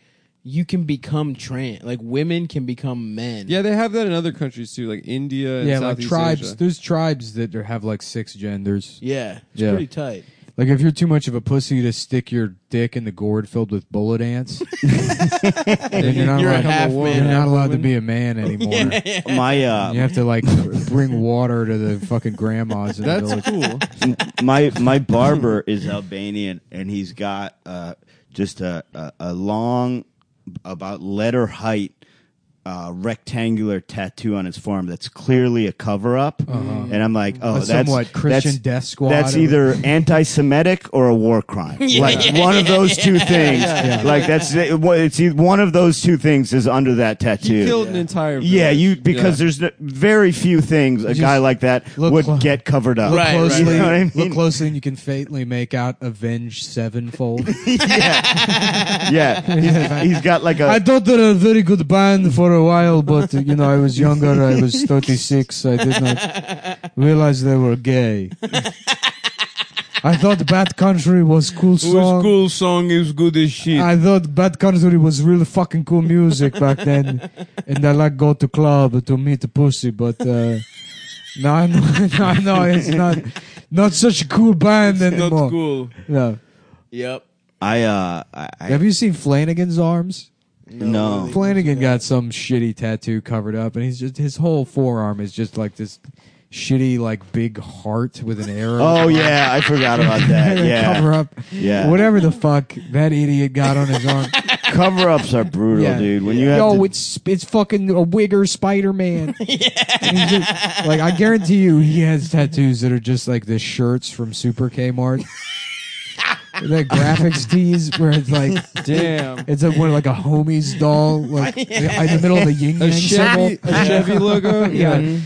you can become trans, like women can become men. yeah, they have that in other countries too, like India. And yeah, like Southeast tribes. Asia. There's tribes that are- have like six genders. yeah, it's Yeah. pretty tight. Like if you're too much of a pussy to stick your dick in the gourd filled with bullet ants, then you're not You're a allowed, half you're man, not half allowed to woman. be a man anymore. My uh, You have to like bring water to the fucking grandmas in the That's village. cool. my my barber is Albanian, and he's got uh, just a, a a long, about letter height, uh, rectangular tattoo on his forearm that's clearly a cover up. And I'm like, oh, Uh-huh. A that's somewhat Christian that's, death squad That's of- either anti-Semitic or a war crime. like one of those two things. Like that's it- it's either- one of those two things is under that tattoo. You killed an entire. yeah, village. you because Yeah. there's no, very few things a guy like that look would clo- get covered up. Look Right, right. closely, You know what I mean? look closely, and you can faintly make out "Avenge Sevenfold." Yeah, he's, he's got like a. I thought they were a very good band for a while, but uh, you know, I was younger. I was 36. I did not realize they were gay. I thought Bad Country was cool It was song. cool song. It was good as shit. I thought Bad Country was really fucking cool music back then, and I like go to club to meet a pussy. But uh, now I know, now I know it's not not such a cool band Not anymore. cool. No. Yep. I uh, I, I Have you seen Flanagan's arms? no. Flanagan got some shitty tattoo covered up, and he's just his whole forearm is just like this shitty, like big heart with an arrow. Oh yeah, I forgot about that. They Yeah, cover up. Yeah. whatever the fuck that idiot got on his arm. cover ups are brutal, Yeah. dude. When you have Yo, to, it's it's fucking a wigger Spider Man. like I guarantee you, he has tattoos that are just like the shirts from Super Kmart. the graphics tees where it's like damn. It's a, one like a homie's doll, like in the middle of the yin A yang Chevy, symbol. a Chevy logo. Yeah.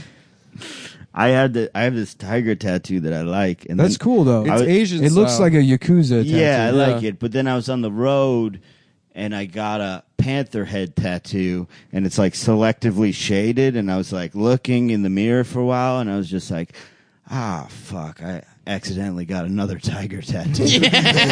I had the I have this tiger tattoo that I like, and That's then- cool though. It's I was- Asian. It looks style. like a yakuza. Tattoo. Yeah, I yeah. like it. But then I was on the road, and I got a panther head tattoo, and it's like selectively shaded, and I was like looking in the mirror for a while, and I was just like, ah, fuck, I accidentally got another tiger tattoo.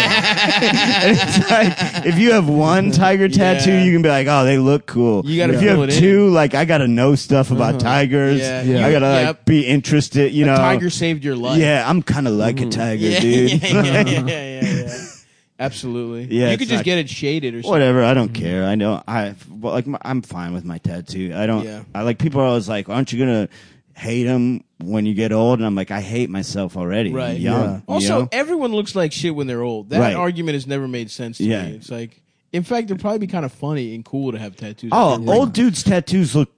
And it's like, if you have one tiger tattoo, Yeah. you can be like, oh, they look cool. You gotta if you fill have it in. Uh-huh. two, like I gotta know stuff about tigers. Yeah. Yeah. I gotta like Yep. be interested. You know, Tiger saved your life. Mm-hmm. Yeah, I'm kind of like a tiger, Yeah, dude. yeah, yeah, yeah, yeah, yeah. Absolutely. Yeah, you it's could just not- get it shaded or something. Whatever, I don't Mm-hmm. care. I know I well, like my, I'm fine with my tattoo. I don't. Yeah. I like people are always like, "Aren't you gonna hate them when you get old?" And I'm like, I hate myself already. I'm Right. young. Yeah. eh, you Also, know? everyone looks like shit when they're old. That Right. argument has never made sense to Yeah. me. It's like, in fact, it'd probably be kind of funny and cool to have tattoos. oh, Like, old dudes' tattoos look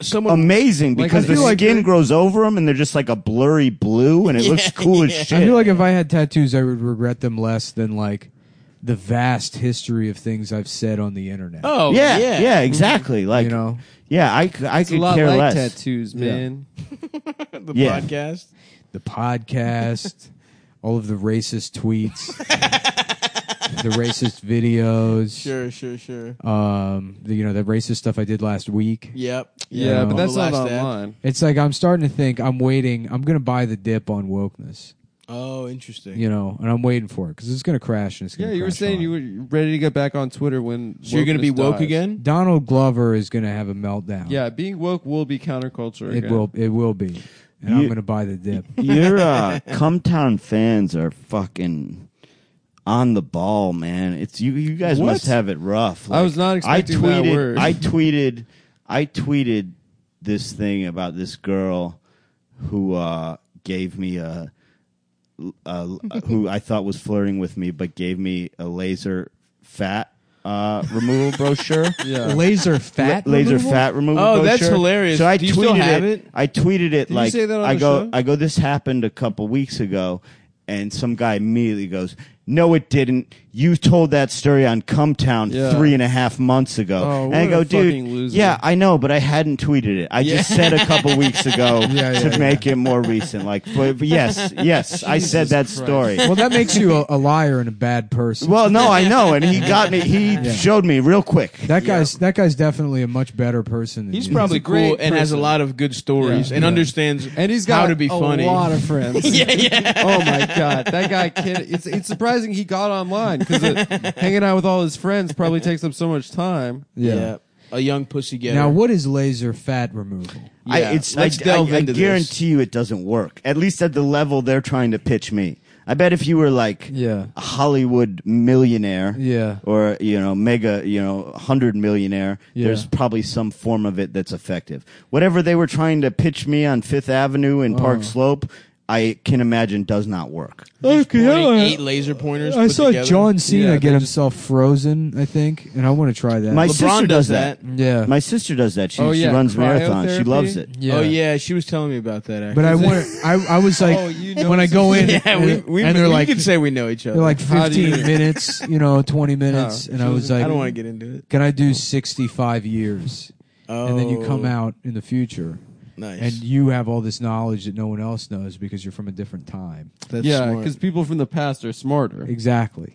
someone amazing because I the feel like skin they're- grows over them and they're just like a blurry blue, and it looks cool as shit. I feel like if I had tattoos, I would regret them less than like the vast history of things I've said on the internet. Oh, yeah, yeah, yeah, exactly. Like, Mm-hmm. you know, yeah, I, c- I It's a could lot care like less. tattoos, man. The Yeah. podcast. the podcast, all of the racist tweets, the racist videos. Sure, sure, sure. Um, the, you know the racist stuff I did last week. Yep. Yeah, Yeah. but that's The not last app. online. It's like I'm starting to think I'm waiting. I'm gonna buy the dip on wokeness. Oh, interesting. you know, and I'm waiting for it because it's going to crash. And it's Yeah, gonna you were crash saying hard. you were ready to get back on Twitter when. So you're going to be wokeness woke dies. again? Donald Glover is going to have a meltdown. Yeah, being woke will be counterculture. it again. will. It will be, and I'm You- going to buy the dip. Your uh, Cumtown fans are fucking on the ball, man. It's you. You guys What? must have it rough. I was not expecting I that tweeted, word. I tweeted. I tweeted this thing about this girl who uh, gave me a, a who I thought was flirting with me, but gave me a laser fat uh, removal brochure. Yeah. Laser fat. La- laser removal? fat removal. Oh, that's brochure. hilarious. So I Do tweeted you still have it? I tweeted it you like say that on I the go. show? I go. This happened a couple weeks ago, and some guy immediately goes, No, it didn't. You told that story on Cumtown Yeah. three and a half months ago. Oh, and I what go, a dude, fucking loser." yeah, I know, but I hadn't tweeted it. I just said a couple weeks ago Yeah, yeah, to yeah. make it more recent. Like, but, but yes, yes, I said that story. Well, that makes you a, a liar and a bad person. Well, no, I know, and he got me. He showed me real quick. that guy's that guy's definitely a much better person. Than He's you. probably Probably cool great and has a person. lot of good stories and understands and he's got how to be a funny. lot of friends. yeah, yeah. oh my god, that guy kid. It's it's surprising he got online because hanging out with all his friends probably takes up so much time. yeah. A young pussy getter. Now, what is laser fat removal? I, Yeah, it's, let's I, delve I, I into this. guarantee you it doesn't work. At least at the level they're trying to pitch me. I bet if you were like Yeah. a Hollywood millionaire, Yeah. or you know mega, you know hundred millionaire, Yeah. there's probably some form of it that's effective. Whatever they were trying to pitch me on Fifth Avenue and Park Slope, I can imagine does not work. Okay, eight laser pointers. I put saw together. John Cena Yeah, they get himself frozen, I think, and I want to try that. My LeBron sister does does that. that. yeah, My sister does that. She, Oh, she yeah, runs marathons. She cryotherapy? loves it. yeah. Oh yeah, she was telling me about that. Actually. But I want. I I was like, Oh, you know when I go in, yeah, and, we, we, and they're we like, can say we know each other. they're like How do you- 15 minutes, you know, 20 minutes, Oh. and I was like, I don't want to get into it. Can I do 65 years? Oh, And then you come out in the future, nice. and you have all this knowledge that no one else knows because you're from a different time. That's yeah, smart. because people from the past are smarter. Exactly.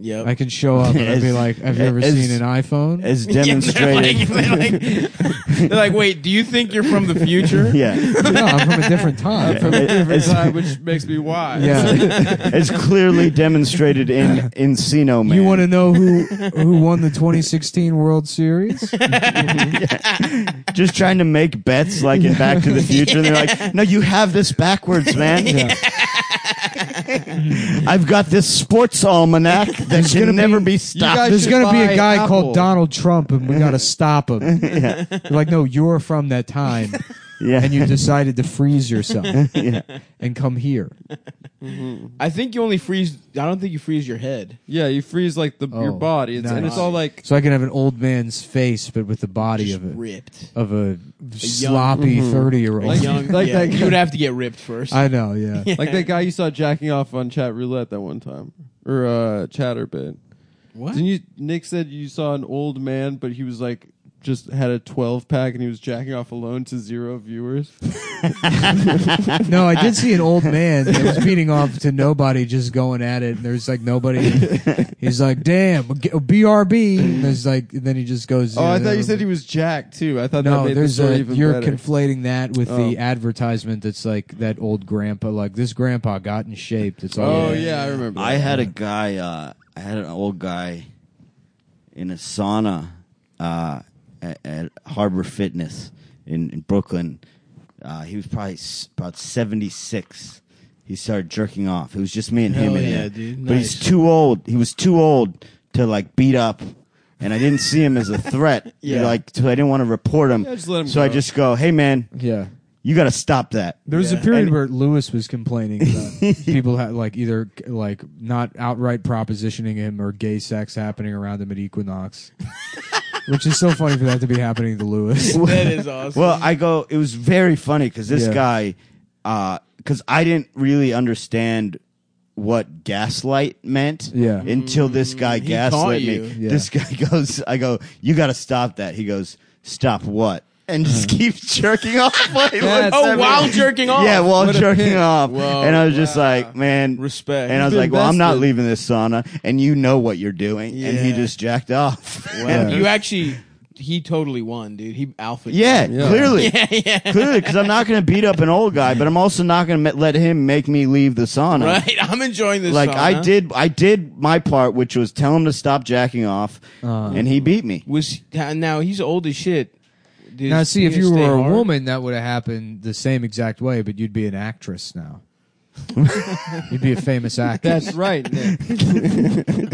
Yep. I can show up and I'd be As- like, Have you ever as- seen an iPhone? As Yeah, they're demonstrated, like- they're, like, they're like, wait, do you think you're from the future? yeah. no, I'm from a different time. From a different It's- time, which makes me wise. yeah. It's clearly demonstrated in Encino Man. You want to know who who won the 2016 World Series? just trying to make bets like in Back to the Future, and they're like, "No, you have this backwards, man. Yeah. I've got this sports almanac that gonna can never be- be, guys- stopped." There's going to be buy a guy Apple. called Donald Trump, and we got to stop him. yeah, They're like, no, you're from that time, yeah. and you decided to freeze yourself yeah. and come here. I think you only freeze. I don't think you freeze your head. Yeah, you freeze like the, your Oh, body, it's, and nice. it's all like So I can have an old man's face, but with the body Just of a ripped. of a, sloppy Mm-hmm. thirty year Like, old. young, like yeah, that- you would have to get ripped first. I know, yeah. like that guy you saw jacking off on chat roulette that one time or uh, chatterbit. what? Didn't you? Nick said you saw an old man, but he was like just had a twelve pack and he was jacking off alone to zero viewers. No, I did see an old man that was beating off to nobody, just going at it. And there's like nobody. He's like, "Damn, g- BRB." And there's like, then he just goes. Oh, I know, thought you said he was jacked too. I thought that No, made the there's story a. even You're better. conflating that with Oh. the advertisement that's like that old grandpa. Like this grandpa got in shape. That's all. oh it is. yeah, I remember. That. I had a guy. Uh, I had an old guy in a sauna uh, at, at Harbor Fitness in, in Brooklyn. Uh, he was probably s- about seventy six. He started jerking off. It was just me and him Hell in yeah, there. dude. But he's Nice. too old. He was too old to like beat up, and I didn't see him as a threat. Yeah. Like, so I didn't want to report him. Yeah, just let him so I go. just go, "Hey, man, yeah. you got to stop that." There was Yeah. a period And- where Lewis was complaining about people had like either like not outright propositioning him or gay sex happening around him at Equinox, which is so funny for that to be happening to Lewis. that is awesome. Well, I go. It was very funny because this Yeah. guy, because I didn't really understand what gaslight meant Yeah. until this guy Mm, he gaslit taught me. you. Yeah. This guy goes, I go, you got to stop that. He goes, stop what? And just Uh-huh. keeps jerking off. while he That's- looks oh, at me. while jerking off. Yeah, while What a jerking pig. off. Whoa, and I was just wow. like, man, Respect. And I was You've like, well, I'm not invested. leaving this sauna, and you know what you're doing. And he Yeah. just jacked off. Wow. And- You actually, he totally won, dude. He alpha. yeah, Yeah. clearly. yeah, yeah. Clearly, because I'm not going to beat up an old guy, but I'm also not going to let him make me leave the sauna. Right. I'm enjoying this. Like I sauna. did, I did my part, which was tell him to stop jacking off, Uh. and he beat me. Was now he's old as shit. Did now, his see, if penis you stay were a hard? woman, that would have happened the same exact way, but you'd be an actress now. you'd be a famous actress. That's right, Nick.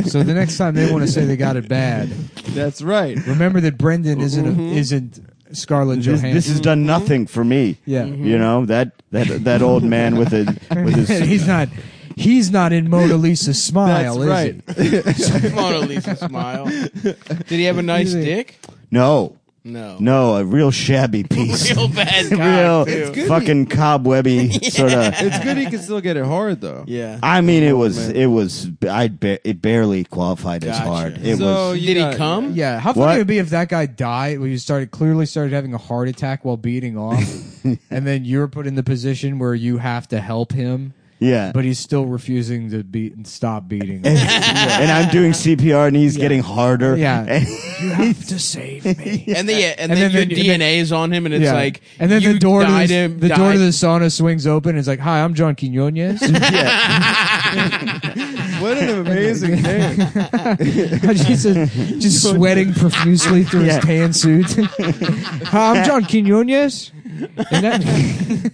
so the next time they want to say they got it bad, That's right. remember that Brendan isn't a, isn't Scarlett Mm-hmm. This, Johansson. this has Mm-hmm. done nothing for me. Yeah. you know that that that old man with a with his he's not. He's not in Mona Lisa's smile, That's is right. he? Mona Lisa smile. Did he have a nice Easy. dick? no. No. No, a real shabby piece. Real bad. cock, Real too. good. fucking cobwebby sort of. It's good he can still get it hard though. Yeah. I mean, it was it was I ba- it barely qualified as Gotcha. hard. It Oh, So was you Did he got- come? Yeah, how funny What? it would be if that guy died when you started clearly started having a heart attack while beating off, and then you're put in the position where you have to help him, yeah. but he's still refusing to beat and stop beating. and, him. and I'm doing CPR and he's getting harder. Yeah. And- you have to save me. And, the, yeah, and, And then, then- your then- DNA is on him, and it's yeah. like, and then you the door to died the, him- the door died- to the sauna swings open. And it's like, hi, I'm John Quinones. What an amazing name. just, just sweating profusely through Yeah. his tan suit. hi, I'm John Quinones. And that,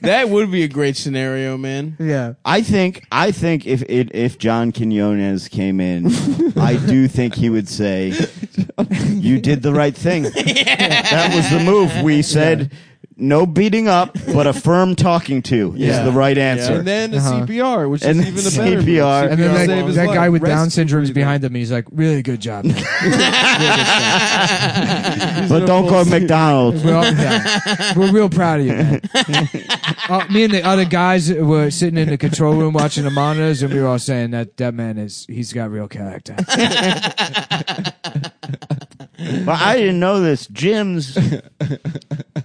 that would be a great scenario, man. yeah. I think I think if it, if John Quinones came in, I do think he would say, "You did the right thing. That was the move." We said. No beating up, but a firm talking to is Yeah. the right answer. And then the Uh-huh. CPR, which And is even a better CPR. move. And then Save that, his that life. guy with Rescue Down syndrome's breathing. behind him. He's like, really good job. man." but don't call McDonald's. We're, all, yeah. We're real proud of you, man. Uh, me and the other guys were sitting in the control room watching the monitors, and we were all saying that that man is he's got real character. Well, I didn't know this. Gyms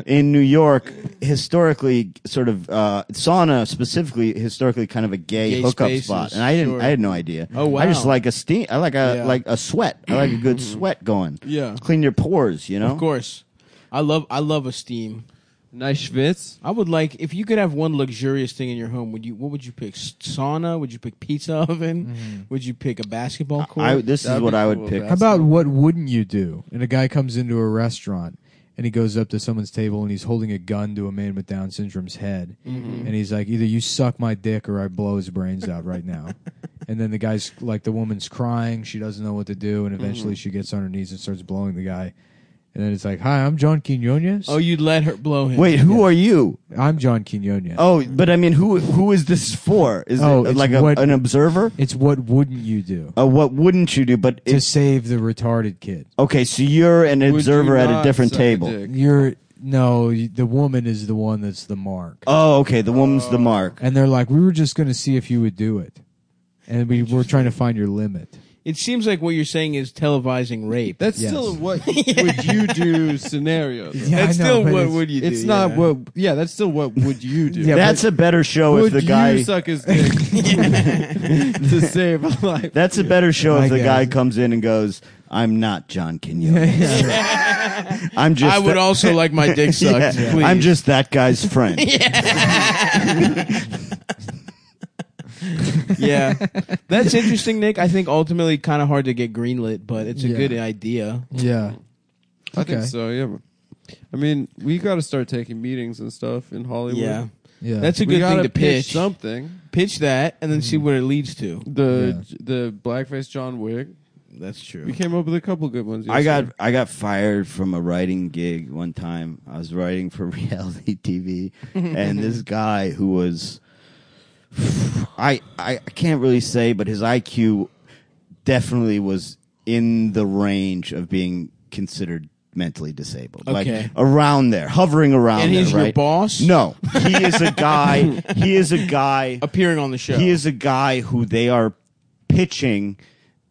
in New York historically, sort of uh, sauna specifically, historically, kind of a gay, Gay hookup spaces, spot, and I didn't. sure. I had no idea. Oh, wow. I just like a steam. I like a Yeah. like a sweat. I like a good sweat going. Yeah. clean your pores. You know. Of course. I love I love esteem. Nice schwitz. I would like if you could have one luxurious thing in your home. Would you? What would you pick? S- Sauna? Would you pick pizza oven? Mm-hmm. Would you pick a basketball court? I, this That'd is what be I would cool, pick. bro. How about what wouldn't you do? And a guy comes into a restaurant and he goes up to someone's table and he's holding a gun to a man with Down syndrome's head. And he's like, either you suck my dick or I blow his brains out right now. and then the guy's like, the woman's crying. She doesn't know what to do. And eventually she gets on her knees and starts blowing the guy. And then it's like, hi, I'm John Quinones. oh, you'd let her blow him. Wait, who are you? I'm John Quinones. Oh, but I mean, who who is this for? Is Oh, it it's like a, what- an observer? It's what wouldn't you do Uh, what wouldn't you do? But to it's, save the retarded kid? okay, so you're an Would you observer at a not different suck table. dick? You're no, y- the woman is the one that's the mark. Oh, okay, the woman's the mark. And they're like, we were just going to see if you would do it. And we were trying to find your limit. It seems like what you're saying is televising rape. That's Yes. still a what would you do scenario. though. Yeah, That's I know, still but what it's- would you do? It's not yeah. what. Yeah, that's still what would you do? Yeah, That's a better show if would the guy. you suck his dick to save a life? That's a better show I if the guess. guy comes in and goes, "I'm not John Quinones. I'm just I would that- also like my dick sucked. Yeah. please. I'm just that guy's friend." yeah. That's interesting, Nick. I think ultimately kind of hard to get greenlit, but it's a Yeah. good idea. Yeah. I think Okay. so. Yeah. I mean, we got to start taking meetings and stuff in Hollywood. Yeah, Yeah. that's a we good thing gotta to pitch. Pitch, something. that, and then see Mm-hmm. what it leads to. The the blackface John Wick. That's true. We came up with a couple good ones. I got yesterday. I got fired from a writing gig one time. I was writing for reality TV, and this guy who was, I I can't really say, but his IQ definitely was in the range of being considered mentally disabled, Okay. like around there, hovering around. And there, he's your right? boss? No, he is a guy. he is a guy. Appearing on the show. He is a guy who they are pitching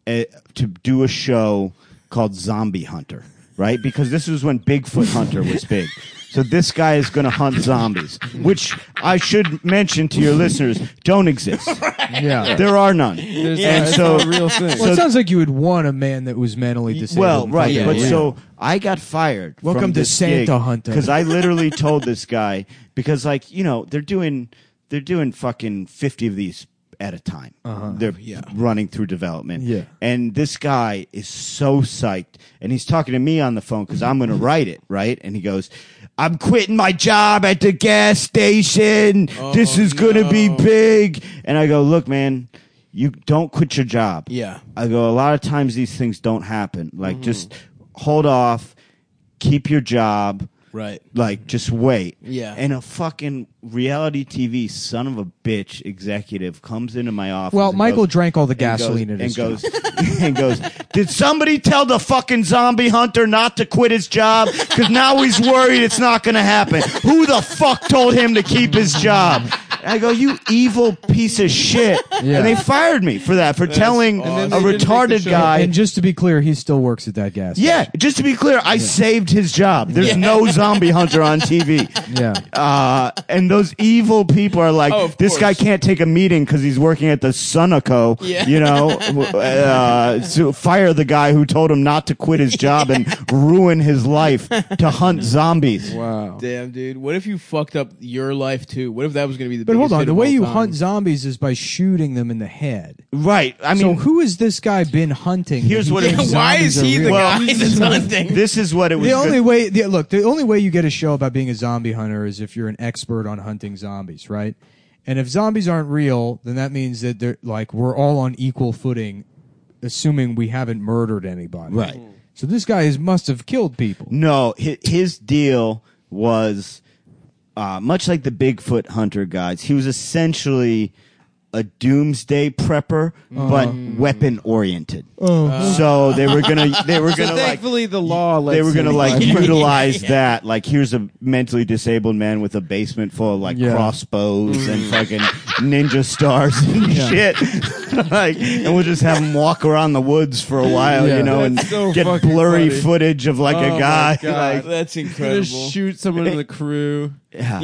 uh, to do a show called Zombie Hunter, right? Because this was when Bigfoot Hunter was big. So this guy is going to hunt zombies, which I should mention to your listeners don't exist. yeah. There are none. There's- and that's so- not a real thing. well, it sounds like you would want a man that was mentally disabled. Well, and right, fucking but real. so I got fired. Welcome to Santa Hunter. Because I literally told this guy because, like, you know, they're doing they're doing fucking fifty of these at a time. They're running through development. Yeah. and this guy is so psyched, and he's talking to me on the phone because I'm going to write it, right? And he goes, "I'm quitting my job at the gas station. this is going to be no. big." And I go, "Look, man." You don't quit your job. Yeah. I go, a lot of times these things don't happen. Like, just hold off, keep your job, Right. Like, just wait. Yeah. And a fucking reality TV son of a bitch executive comes into my office. Well, and Michael goes- drank all the and goes- gasoline in his and goes and goes. Did somebody tell the fucking zombie hunter not to quit his job? Because now he's worried it's not going to happen. Who the fuck told him to keep his job? I go, you evil piece of shit. Yeah. And they fired me for that, for telling awesome. a And then they didn't make the retarded show. guy. and just to be clear, he still works at that gas. Yeah, just to be clear, I saved his job. There's no zombie hunter on TV. Yeah. Uh, and those evil people are like, Oh, of this guy course. can't take a meeting because he's working at the Sunoco. Yeah. You know, W- uh, so fire the guy who told him not to quit his job and ruin his life to hunt zombies. Oh. Wow. Damn, dude. What if you fucked up your life too? What if that was going to be the But hold biggest on, hit the of way all you time? hunt zombies is by shooting them in the head. Right. I so mean, who has this guy been hunting? that Here's he what thinks it- Why zombies is are he the real? Well, guy that's hunting? this is what it was. The only good- way, the, look, the only way you get a show about being a zombie hunter is if you're an expert on hunting zombies, right? And if zombies aren't real, then that means that they're like we're all on equal footing, assuming we haven't murdered anybody, Right. So this guy is must have killed people. No, his, his deal was uh, much like the Bigfoot hunter guys. He was essentially a doomsday prepper, but weapon oriented. Uh, So they were gonna, they were gonna like. Thankfully, the law. Lets They were gonna him- like utilize that, like here's a mentally disabled man with a basement full of like Yeah. crossbows and fucking ninja stars and shit, like, and we'll just have him walk around the woods for a while, Yeah. you know, and That's so get fucking blurry funny. footage of like Oh a my guy, God. like That's incredible. Just shoot someone in the crew. yeah.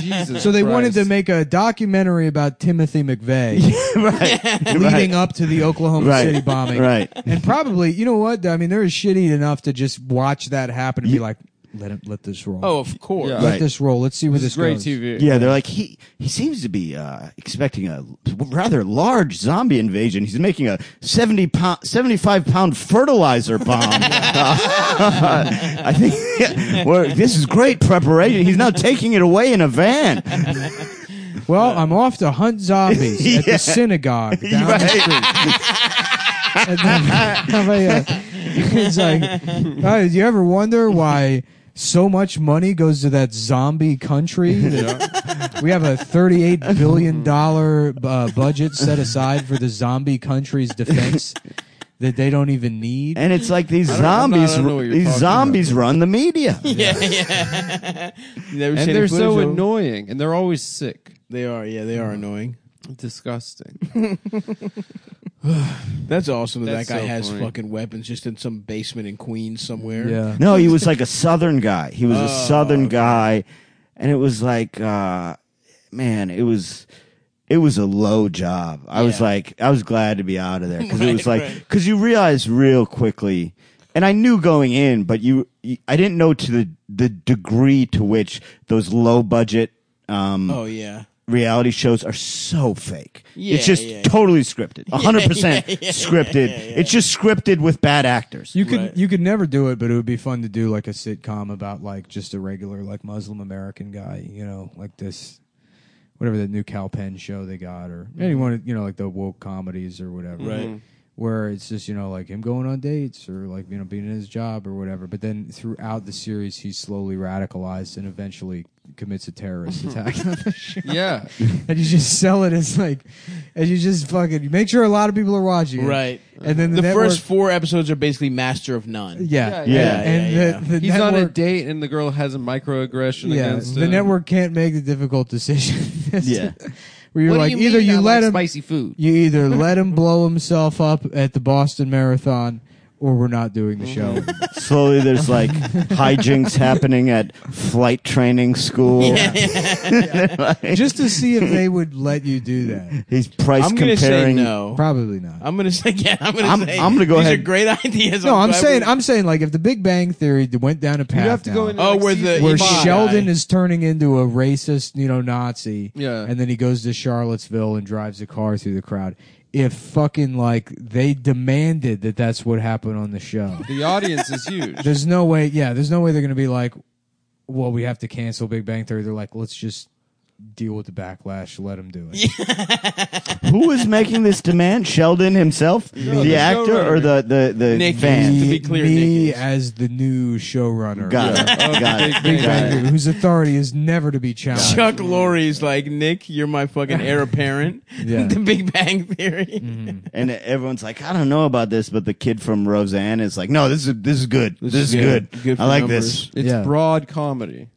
Jesus. So they Christ. wanted to make a documentary about Timothy McVeigh right. leading right. up to the Oklahoma Right. City bombing, Right. And probably, you know what? I mean, they're shitty enough to just watch that happen and be like, let him, let this roll. oh, of course. Yeah. let Right. this roll. Let's see where This this, is great goes. TV. Yeah, they're like he. He seems to be uh, expecting a rather large zombie invasion. He's making a seventy pound, seventy-five pound fertilizer bomb. I think. well, this is great preparation. He's now taking it away in a van. Well, I'm off to hunt zombies at Yeah. the synagogue down the Right. street. and then have a, uh, it's like, guys, you ever wonder why so much money goes to that zombie country? We have a thirty-eight billion dollar uh, budget set aside for the zombie country's defense that they don't even need. And it's like these I don't- I'm not- I zombies. don't know what you're These talking zombies run the media. Yeah, yeah. You never And seen they're the footage of so 'em? annoying, and they're always sick. They are. Yeah, they are Mm-hmm. annoying. Disgusting. That's awesome that That's that guy so has funny. fucking weapons just in some basement in Queens somewhere. Yeah. No, he was like a southern guy. He was a Oh, southern guy, and it was like, uh, man, it was. It was a low job. I was Yeah. like, I was glad to be out of there because it was Right, like, right. because you realize real quickly, and I knew going in, but you, you I didn't know to the the degree to which those low budget um, Oh yeah. reality shows are so fake. Yeah, it's just yeah, yeah. totally scripted, hundred percent yeah, yeah, scripted. yeah, yeah. It's just scripted with bad actors. You could Right. you could never do it, but it would be fun to do like a sitcom about like just a regular like Muslim American guy, you know, like this whatever the new Cal Penn show they got or anyone you know, like the woke comedies or whatever. Mm-hmm. Right. Where it's just, you know, like him going on dates or like, you know, being in his job or whatever. But then throughout the series he's slowly radicalized and eventually commits a terrorist Mm-hmm. attack. yeah. and you just sell it as like and you just fucking you make sure a lot of people are watching it. Right. And then the, The network- first four episodes are basically Master of None. yeah, Yeah, yeah, and yeah, yeah. The, the He's network, on a date, and the girl has a microaggression Yeah, against uh, the him. network can't make the difficult decision. as to- Yeah. where you're What do like you either mean you I let like him, spicy food. you either let him blow himself up at the Boston Marathon, or we're not doing the show. Mm-hmm. Slowly, there's like hijinks happening at flight training school. Just to see if they would let you do that. He's price I'm gonna say comparing. no. Probably not. I'm gonna say yeah. I'm gonna I'm- say I'm gonna go these ahead- are great ideas. no, I'm glad saying we- I'm saying like if the Big Bang Theory went down a path have to go now, into, Oh, like, where the season where five. Sheldon is turning into a racist, you know, Nazi. Yeah. And then he goes to Charlottesville and drives a car through the crowd. If fucking like they demanded that that's what happened on the show. The audience is huge. there's no way, yeah, there's no way they're going to be like, well, we have to cancel Big Bang Theory. They're like, let's just deal with the backlash. Let him do it. Who is making this demand? Sheldon himself, the, the actor, or the the the Nick. fan? To be clear, me Nick is. as the new showrunner. Got it. Got it. Big Got Bang it. Theory. whose authority is never to be challenged. Chuck Lorre's like Nick, you're my fucking heir apparent. Yeah. the Big Bang Theory. Mm-hmm. And everyone's like, I don't know about this, but the kid from Roseanne is like, No, this is this is good. This, is good. Good for I like numbers. this. It's Yeah. broad comedy.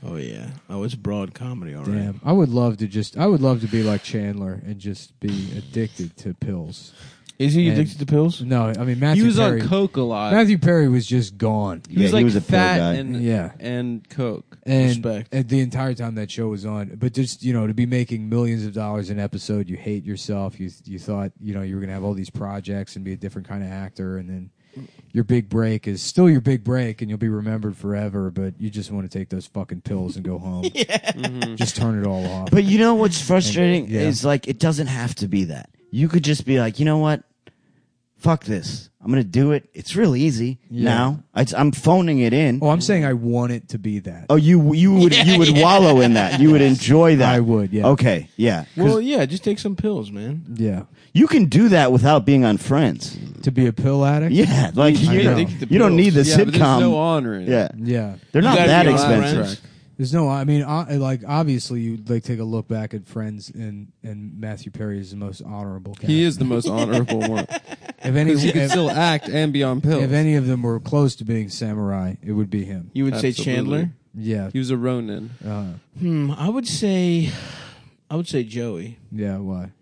Oh yeah. Oh, it's broad comedy, all right. Damn, I would love to just I would love to be like Chandler and just be addicted to pills. Is he And- addicted to pills? No, I mean Matthew he was Perry. on coke a lot. Matthew Perry was just gone. he was Yeah, he like was a pill fat guy. and Yeah. and coke. And, Respect. and the entire time that show was on, but just you know, to be making millions of dollars an episode, you hate yourself. You you thought you know you were gonna have all these projects and be a different kind of actor, and then your big break is still your big break, and you'll be remembered forever. But you just want to take those fucking pills and go home. yeah, just turn it all off. But you know what's frustrating Yeah. is like it doesn't have to be that. You could just be like, you know what? Fuck this. I'm gonna do it. It's real easy Yeah. now. It's, I'm phoning it in. oh, I'm saying I want it to be that. Oh, you you would you would wallow in that. You would enjoy that. I would, yeah. Okay. Yeah. Well, yeah, just take some pills, man. Yeah, You can do that without being on Friends. to be a pill addict. Yeah. Like You're you, addicted to you don't pills. need the yeah, but sitcom. there's no honor in it. yeah. yeah. They're You not gotta that be on expensive. Friends. There's no, I mean, I, like obviously you like take a look back at Friends, and and Matthew Perry is the most honorable. Character. He is the most honorable one. If any, Because he can if, still act and be on pills. if any of them were close to being samurai, it would be him. You would say Absolutely. Chandler? Yeah, he was a Ronin. uh, Hmm, I would say I would say Joey. yeah. Why?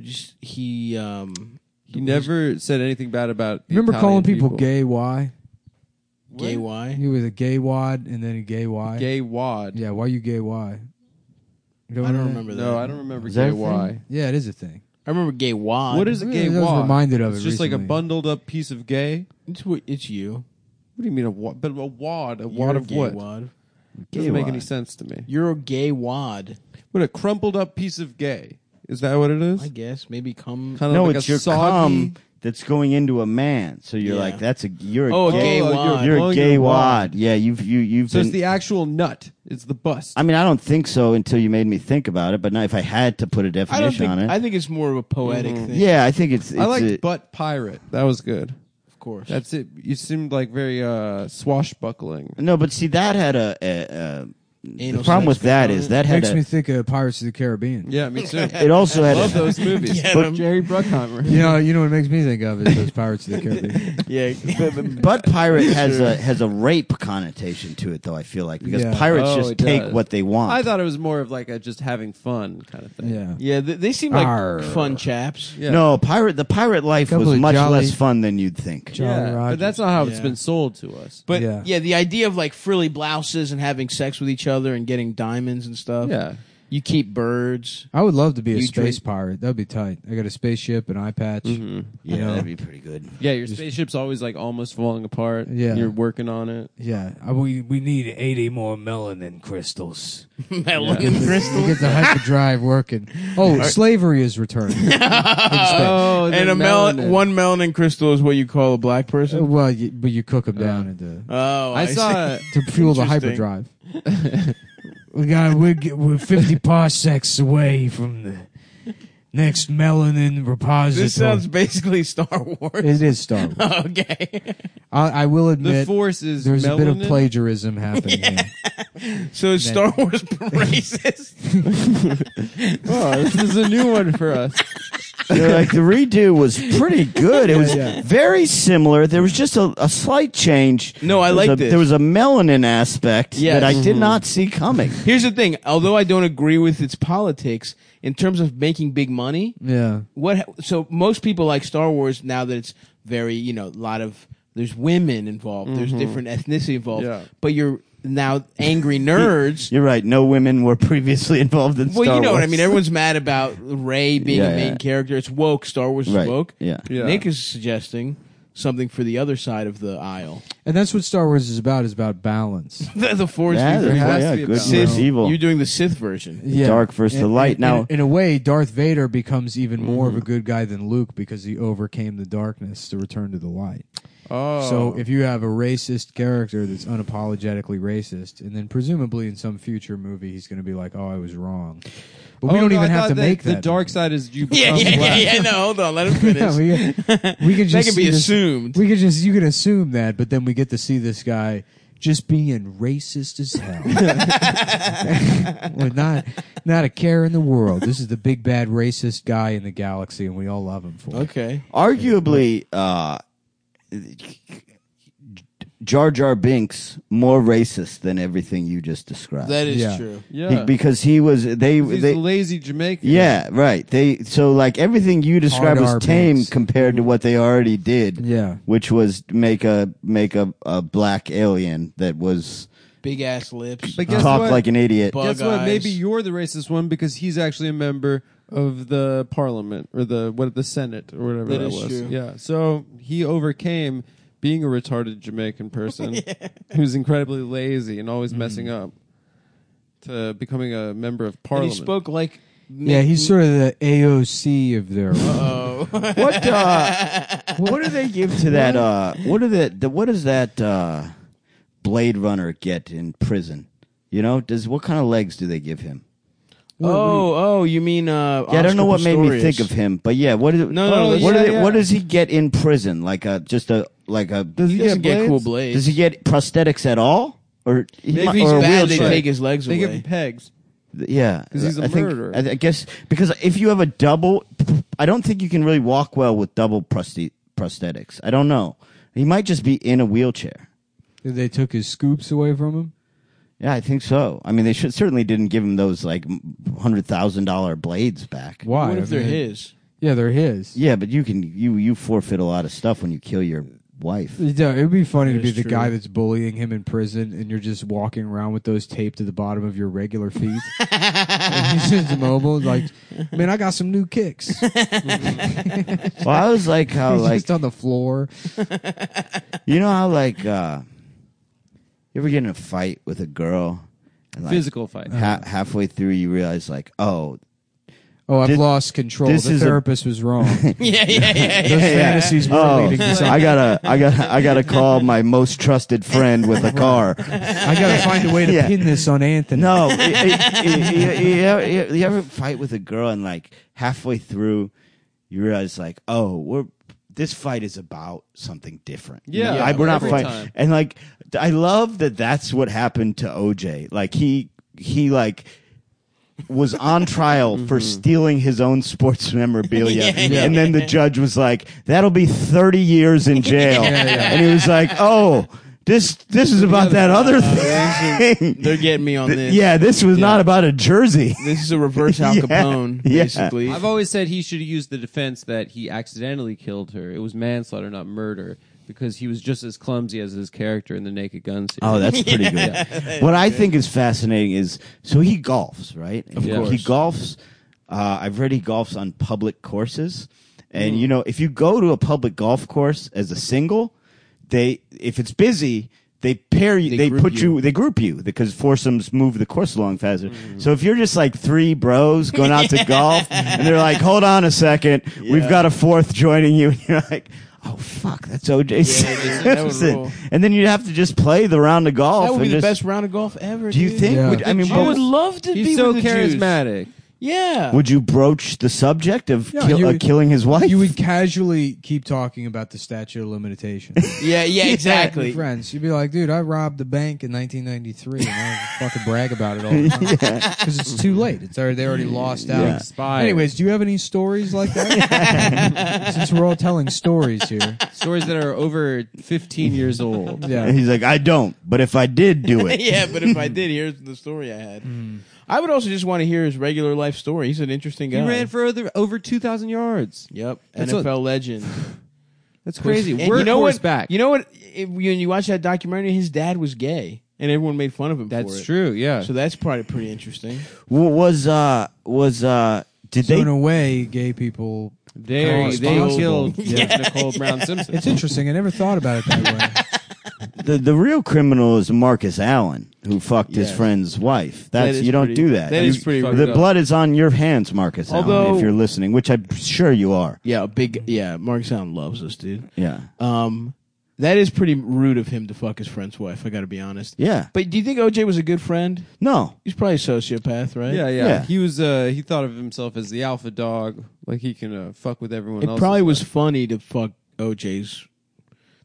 Just he um He never said anything bad about. the Remember Italian calling people, people, gay? Why? gay Y. He was a gay wad, and then a gay why? Gay wad. Yeah. Why you gay? Why? You I don't know that? remember that. No, I don't remember Is that gay a thing? why. Yeah, it is a thing. I remember gay Y. What is a Yeah, gay I was wad? reminded of It's it just like a recently. bundled up piece of gay. It's what it's you. What do you mean a wad? But a wad, a You're wad a of gay what? Wad. Gay Doesn't make wad. any sense to me. You're a gay wad. What a crumpled up piece of gay. Is that what it is? I guess maybe come. Kind of No, like it's a your soggy. cum that's going into a man. So you're Yeah. like, that's a you're a Oh, a gay, gay wad. you're Oh, a gay you're a wad. Yeah, you've you you've So been. it's the actual nut. It's the bust. I mean, I don't think so until you made me think about it. But now, if I had to put a I don't definition think. on it, I think it's more of a poetic thing. yeah, I think it's. it's I liked a- butt pirate. That was good. of course. That's it. You seemed like very uh, swashbuckling. no, but see, that had a. a, a the Anal problem sex with that component. is that had Makes me a, think of Pirates of the Caribbean. Yeah, me too. it also had Love a, those movies. Get But 'em. Jerry Bruckheimer. You know, you know what it makes me think of is those Pirates of the Caribbean. yeah. But pirate has a has a rape connotation to it, though. I feel like because Yeah. pirates Oh, just it take does. what they want. I thought it was more of like a just having fun kind of thing. Yeah. yeah, they, they seem like Arr. fun chaps. Yeah. No, pirate. The pirate life Couple was of much jolly- less fun than you'd think. Jolly Yeah, Rogers. but that's not how it's Yeah. been sold to us. But Yeah. yeah. the idea of like frilly blouses and having sex with each other and getting diamonds and stuff. Yeah. you keep birds. I would love to be a You space drink- Mm-hmm. pirate. That'd be tight. I got a spaceship, an eye patch. Yeah, You know? that'd be pretty good. yeah, your spaceship's always like almost falling apart. Yeah. you're working on it. Yeah, I- we we need eighty more melanin crystals. Metal and to crystal. get the hyperdrive working. Oh, slavery is returning. In space. Oh, and a melanin. one melanin crystal is what you call a black Uh, person. well, you, but you cook them down into oh, I saw. to fuel the Interesting. hyperdrive. we got we're, g- we're fifty parsecs away from the next melanin repository. This sounds basically Star Wars. It is Star Wars. okay. I, I will The admit, force is there's a bit of melanin? plagiarism happening. here. So is Star Wars racist? Oh, this is a new one for us. They're like the redo was pretty good. It was yeah. very similar. There was just a, a slight change. No, I There was like a- this. There was a melanin aspect Yes. that I Mm-hmm. did not see coming. Here's the thing. Although I don't agree with its politics in terms of making big money, Yeah, what? ha- So most people like Star Wars now that it's very you know a lot of there's women involved, there's different ethnicity involved, Yeah. but you're now angry nerds. You're right. No women were previously involved in well, Star you know what I Wars. mean. Everyone's mad about Ray being Yeah, a main yeah. character. It's woke. Star Wars Right. is woke. Yeah. Yeah. Nick is suggesting something for the other side of the aisle. and that's what Star Wars is about. Is about balance. the, the force. Yeah, be there- with you. has to yeah, be a good balance. versus Sith- evil. You're doing the Sith version. Yeah. dark versus the In- light. in- Now- Mm-hmm. in, a way, Darth Vader becomes even more of a good guy than Luke because he overcame the darkness to return to the light. Oh, So if you have a racist character that's unapologetically racist, and then presumably in some future movie he's going to be like, "Oh, I was wrong," but we Oh, don't no, I even have thought to that make the that. dark side is you Yeah, become yeah, yeah, black. yeah. No, hold on. Let him finish. Yeah, we, we could that just can be see this- assumed. We could just you could assume that, but then we get to see this guy just being racist as hell, with not not a care in the world. This is the big bad racist guy in the galaxy, and we all love him for it. Okay. Arguably, uh, Jar Jar Binks more racist than everything you just described. That is Yeah. true. He- yeah. because he was they He's they a lazy Jamaican. yeah right they so like everything you described R was tame Binks. compared to what they already did. Yeah. which was make a make a, a black alien that was Big ass lips. But guess talked what? like an idiot. But- guess Bug what? eyes. Maybe you're the racist one because he's actually a member of the parliament or the what the Senate or whatever that, That is was. true. Yeah. So he overcame being a retarded Jamaican person who's incredibly lazy and always messing up to becoming a member of Mm-hmm. and he parliament. spoke like. Yeah, he's sort of the AOC of their. Oh. what uh, what do they give to that? Uh, what do that? The, what does that uh, Blade Runner get in prison? You know, does what kind of legs do they give him? oh, oh, you mean? Uh, Yeah, I don't know what Oscar made me think Pistorius. of him, but yeah, what is it? No, no, what, no, do yeah, they- yeah. what does he get in prison? Like a just a like a does He doesn't get cool blades. Does he get prosthetics at all, or he Maybe might- he's or a bad. They wheelchair? take his legs They give away. him pegs. Yeah, 'Cause he's a I think- murderer. I, I guess because if you have a double, I don't think you can really walk well with double prosthe- prosthetics. I don't know. He might just be in a wheelchair. they took his scoops away from him. Yeah, I think so. I mean, they should, certainly didn't give him those like hundred thousand dollar blades back. Why? What if I they're mean, his? Yeah, they're his. Yeah, but you can you you forfeit a lot of stuff when you kill your wife. Yeah, it would be funny That to be is the true. guy that's bullying him in prison, and you're just walking around with those taped to the bottom of your regular feet. and he's just mobile, like, man, I got some new kicks. Well, I was like how he's Oh, like just on the floor. you know how like uh you ever get in a fight with a girl and like Physical fight. ha- halfway through you realize like oh Oh, I've This- lost control. this The is a- therapist was wrong. yeah, yeah, yeah. Those fantasies were oh, leading to something. I gotta I gotta I gotta call my most trusted friend with a car. I gotta find a way to Yeah. pin this on Anthony. No, it- it- it- you, you ever, you- you ever fight with a girl and like halfway through, you realize like, oh, we're this fight is about something different. You Yeah, know, I- we're not every fighting. time. And like, I love that. That's what happened to OJ. Like he he like was on trial for stealing his own sports memorabilia. And then the judge was like, that'll be 30 years in jail. And he was like, oh, this this is about that other thing. They're getting me on this. Yeah, this was not about a jersey. This is a reverse Al Yeah, Capone, yeah. basically. I've always said he should use the defense that he accidentally killed her. It was manslaughter, not murder, because he was just as clumsy as his character in the Naked Gun series. Oh, that's pretty good. What I think is fascinating is so he golfs, right? Of course. He golfs. Uh, I've read he golfs on public courses. And, Hmm. you know, if you go to a public golf course as a single, they, if it's busy, they pair you, They they, group put you. you. Hmm. they group you because foursomes move the course along faster. So if you're just like three bros going out to golf and they're like, hold on a second, we've got a fourth joining you, and you're like, oh, fuck, that's OJ dude, that would Simpson. rule. And then you'd have to just play the round of golf. that would be and the just- best round of golf ever. Do you dude. think? Yeah. Would, I mean, I would would, love to be He's so with the Jews. charismatic. Yeah. would you broach the subject of Yeah, kill, you uh, would- killing his wife? You would casually keep talking about the statute of limitations. yeah, yeah, Your exactly. friends, you'd be like, "Dude, I robbed the bank in 1993, and I fucking brag about it all the time because it's too late. It's already, they already lost out. Yeah. Expired. Anyways, do you have any stories like that? Since we're all telling stories here, Stories that are over 15 years old. And yeah. he's like, I don't. But if I did do it, yeah, but if I did, here's the story I had. I would also just want to hear his regular life story. He's an interesting Hmm. He guy. ran for over, over 2,000 yards. Yep, That's NFL what- legend. That's crazy. And We're you know what? back. You know what? If, when you watch that documentary, his dad was gay, and everyone made fun of him. for that's it. true, yeah. So that's probably pretty interesting. w- was uh was uh did So they? in a way, gay people. they, They're they responsible. killed Yeah. Nicole Brown Simpson. It's interesting. I never thought about it that way. The, the real criminal is Marcus Allen, who fucked his Yes. friend's wife. That's is you don't pretty- do that. that You- is pretty fucked The up. blood is on your hands, Marcus Allen, Although- if you're listening, which I'm sure you are. Yeah, a big. Yeah, Mark Sound loves us, dude. Yeah. Um, That is pretty rude of him to fuck his friend's wife. I got to be honest. Yeah. But do you think OJ was a good friend? No. He's probably a sociopath, right? Yeah, yeah, Yeah. He was. Uh, he thought of himself as the alpha dog, like he can uh, fuck with everyone. It else's probably was life. funny to fuck OJ's.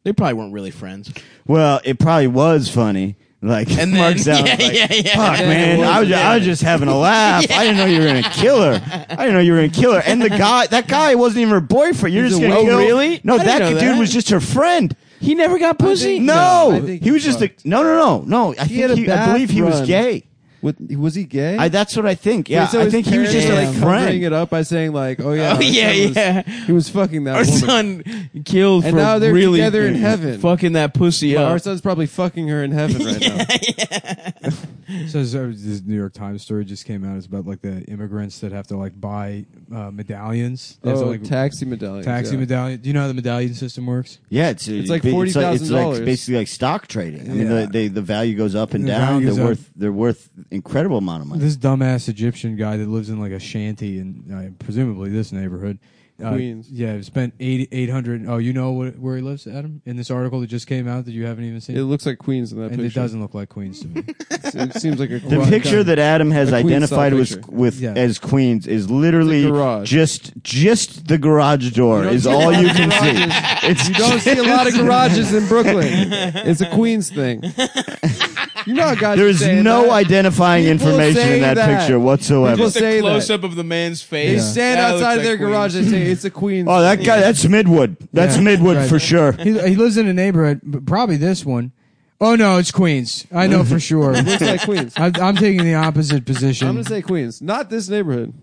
They probably weren't really friends. Well, it probably was funny. Like And Mark then- Zuckerberg, yeah, like, yeah, yeah. fuck Yeah, man, it I was, was, I was just having a laugh. I didn't know you were gonna kill her. I didn't know you were gonna kill her. And the guy, that guy wasn't even her boyfriend. You're He's just a gonna weirdo. kill. Really? I No, didn't that know dude that. was just her friend. He never got pussy. No, I think he was he just a, fucked. no, no, no, no. I had think a he, I bath believe he was run. gay. With, was he gay? I, that's what I think. Yeah, so I his think he was just parents were, a like covering friend. it up by saying like, "Oh yeah, Oh, our son yeah, was- yeah. He was fucking that Our woman. son killed And for now they're really together in heaven. Fucking that pussy But up. Our son's probably fucking her in heaven right now." So so this New York Times story just came out. It's about like the immigrants that have to like buy uh, medallions. They have to, Oh, like, taxi medallion. taxi medallion. Do you know how the medallion system works? Yeah, it's, uh, like it's It's $40,000. like basically like stock trading. I mean, Yeah. the, they, the value goes up and The down. value They're goes up. worth they're worth incredible amount of money. This dumbass Egyptian guy that lives in like a shanty in uh, presumably this neighborhood. uh, Queens. yeah, spent eight eight hundred. Oh, you know what, where he lives, Adam? In this article that just came out that you haven't even seen, It looks like Queens in that and it picture. doesn't look like Queens to me. It seems like a The Well, picture done. that Adam has A queen-style identified was picture. with Yeah. as Queens is It's literally a garage. just just the garage door don't is see all a lot you of can see. garages. It's You don't see a lot of garages in Brooklyn. It's a Queens thing. You know, God. There is no identifying People information say in that, that. picture whatsoever. People Just say a that. close up of the man's They face. stand That looks outside of like their Queens. garage and say it's a Queens. Oh, that guy. That's Midwood. That's Yeah, Midwood right. for sure. he, he lives in a neighborhood, but probably this one. Oh no, it's Queens. I know for sure. I, looks like Queens. I'm taking the opposite position. I'm gonna say Queens, not this neighborhood.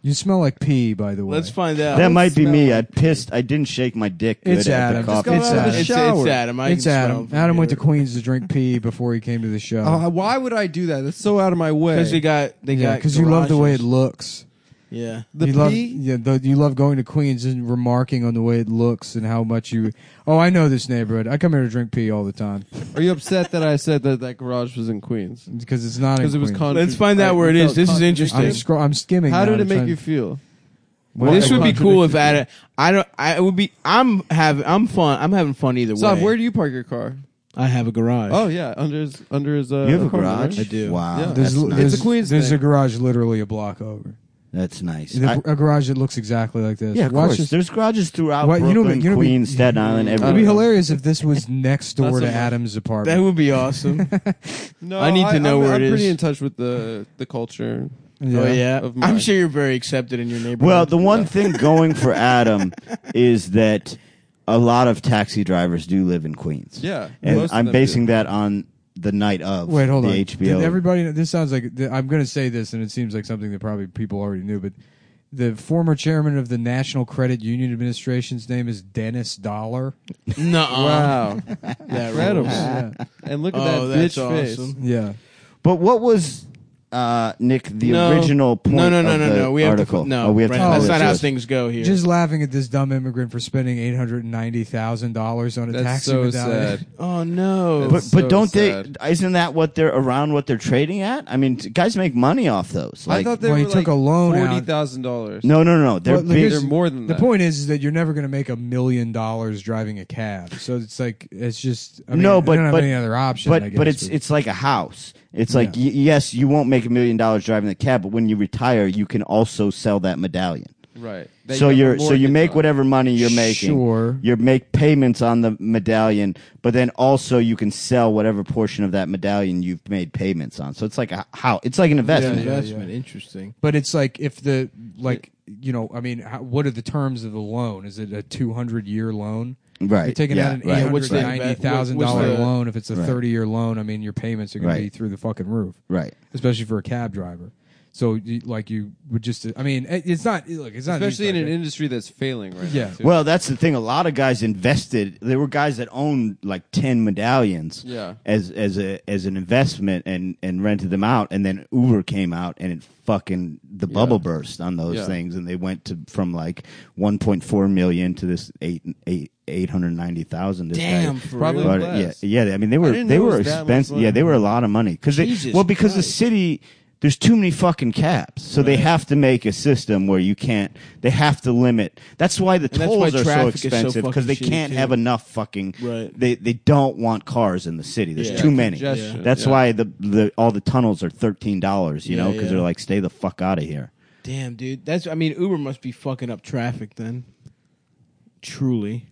you smell like pee, by the way. Let's find out. That might be smell me. like I pissed. I didn't shake my dick. It's good at the Adam. Just coffee. go It's out of the it's, it's Shower. Adam. I it's can Adam. smell Adam went to Queens to drink pee before he came to the show. Uh, why would I do that? That's so out of my way. because they got they yeah, got because you love the way it garages. looks. Yeah. the you pee. love, yeah, the, you love going to Queens and remarking on the way it looks and how much you. Oh, I know this neighborhood. I come here to drink pee all the time Are you upset that I said that that garage was in Queens? because it's not because Because it was. Con- Let's find out where it is. This is interesting. I'm, scro- I'm skimming. How now did to it try make and- you feel? Well, this I would be contradict cool if you. Adam. I don't. I it would be. I'm having. I'm fun. I'm having fun either Sav, way. where do you park your car? I have a garage. Oh yeah, under his under his. Uh, You have a apartment, garage? right? I do. Wow, Yeah. that's There's, nice. there's, It's a Queens There's thing. a garage literally a block over. that's nice. The- I- A garage that looks exactly like this. yeah, of Watch course. this. There's garages throughout Why- you know, Brooklyn, but you know, but- Queens, Staten Island, It'd be It'd be everywhere. hilarious if this was next door Not so to much. Adam's That apartment. would be awesome. No, I need to know I'm, where I'm it pretty is. in touch with the the culture. Oh yeah. Of I'm mine. sure you're very accepted in your neighborhood. Well, the one thing going for Adam is that a lot of taxi drivers do live in Queens. Yeah, And most of I'm them basing do. that on the night of Wait, hold the on. HBO. Did everybody, this sounds like th- I'm going to say this, and it seems like something that probably people already knew, but the former chairman of the National Credit Union Administration's name is Dennis Dollar. no. Wow, That incredible! rules. And look at Oh, that that's bitch face. awesome. Yeah, but what was uh, Nick the No. original point? No, no, no, of no, the no. We article? have to. No, Oh, we have right, to find that's find out not it. how Just- things go here. just laughing at this dumb immigrant for spending eight hundred and ninety thousand dollars on a That's taxi so medallion. sad. oh no. But, It's but so don't sad. they? Isn't that what they're around? What they're trading at? I mean, t- guys make money off those. Like, I thought they Well, were he like took a loan out. forty thousand dollars. no, no, no. They're Well, look, big, here's- they're more than The that. point is, is that you're never going to make a million dollars driving a cab. So it's like it's just I mean, no, I but don't have but any other option. But I guess, but it's it's like a house. It's like Yeah. y- yes, you won't make a million dollars driving the cab, but when you retire, you can also sell that medallion. right? That so have a you're so you mortgage make on. whatever money you're making. Sure. You make payments on the medallion, but then also you can sell whatever portion of that medallion you've made payments on. So it's like a how it's like an investment. investment. Interesting. but it's like if the like you know I mean how, what are the terms of the loan? Is it a two hundred year loan? Right, You're taking yeah, out an right, eight Yeah, what's hundred the- ninety thousand what's dollar the- loan. If it's a Right. thirty year loan, I mean your payments are going to be Right. through the fucking roof. Right. especially for a cab driver. So you, like you would just I mean it- it's not look it's not especially in an like- industry that's failing right Yeah. now. too. Well, that's the thing. A lot of guys invested. There were guys that owned like ten medallions, Yeah. as as a as an investment, and and rented them out. And then Uber came out, and it fucking the bubble burst on those Yeah. things, and they went to from like one point four million to this eight eight eight hundred ninety thousand. this Damn, guy. for Probably real? But, uh, less. yeah, yeah. I mean, they were didn't they know it were was that much expensive. money. Yeah, they were a lot of money because they Jesus well because the Christ. city there's too many fucking caps, so they have to make a system where you can't. They have to limit. That's why the And that's tolls why are so traffic is so expensive because fucking they shitty, can't too. have enough fucking. Right. They they don't want cars in the city. There's Yeah. too many. Congestion, That's yeah. why the, the all the tunnels are thirteen dollars. You know, Yeah, know, because yeah. they're like, stay the fuck out of here. Damn, dude. That's I mean Uber must be fucking up traffic then. Truly.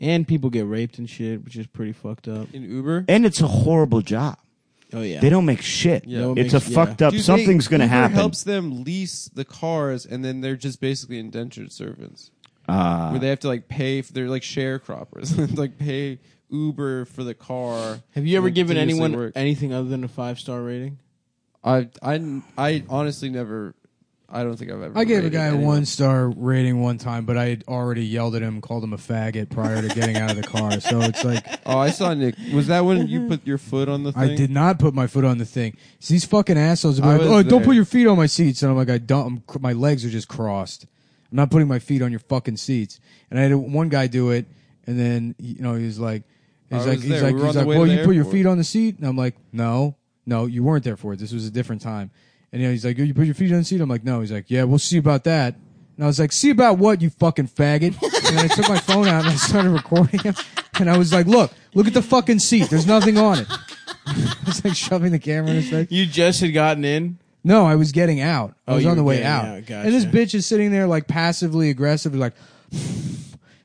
And people get raped and shit, which is pretty fucked up. in Uber. And it's a horrible job. Oh yeah. They don't make shit. Yeah. No one it's makes- a yeah. fucked up. Dude, they- something's going to Uber happen. Helps them lease the cars, and then they're just basically indentured servants, Uh, where they have to like pay. For, they're like sharecroppers, It's like pay Uber for the car. Have you ever and given continuously anyone work. anything other than a five star rating? I I I honestly never. I don't think I've ever. I gave a rated guy a anyone. one star rating one time, but I had already yelled at him, called him a faggot prior to getting out of the car. So it's like Oh, I saw Nick. Was that when you put your foot on the thing? I did not put my foot on the thing. It's these fucking assholes are I like, was oh, don't there. put your feet on my seats. And I'm like, I don't. I'm, my legs are just crossed. I'm not putting my feet on your fucking seats. And I had one guy do it, and then you know he was like, I he's was like, he's there. like, We were he's on like, the way to well, the you put your airport." feet on the seat. And I'm like, no, no, you weren't there for it. This was a different time. And you know, he's like, you put your feet on the seat. I'm like, no. He's like, yeah, we'll see about that. And I was like, see about what, you fucking faggot. And I took my phone out and I started recording him. And I was like, look, look at the fucking seat. There's nothing on it. I was like shoving the camera in his face. You just had gotten in? No, I was getting out. I Oh, was you on the were way getting out. out. And this Gotcha. bitch is sitting there like passively aggressive, like,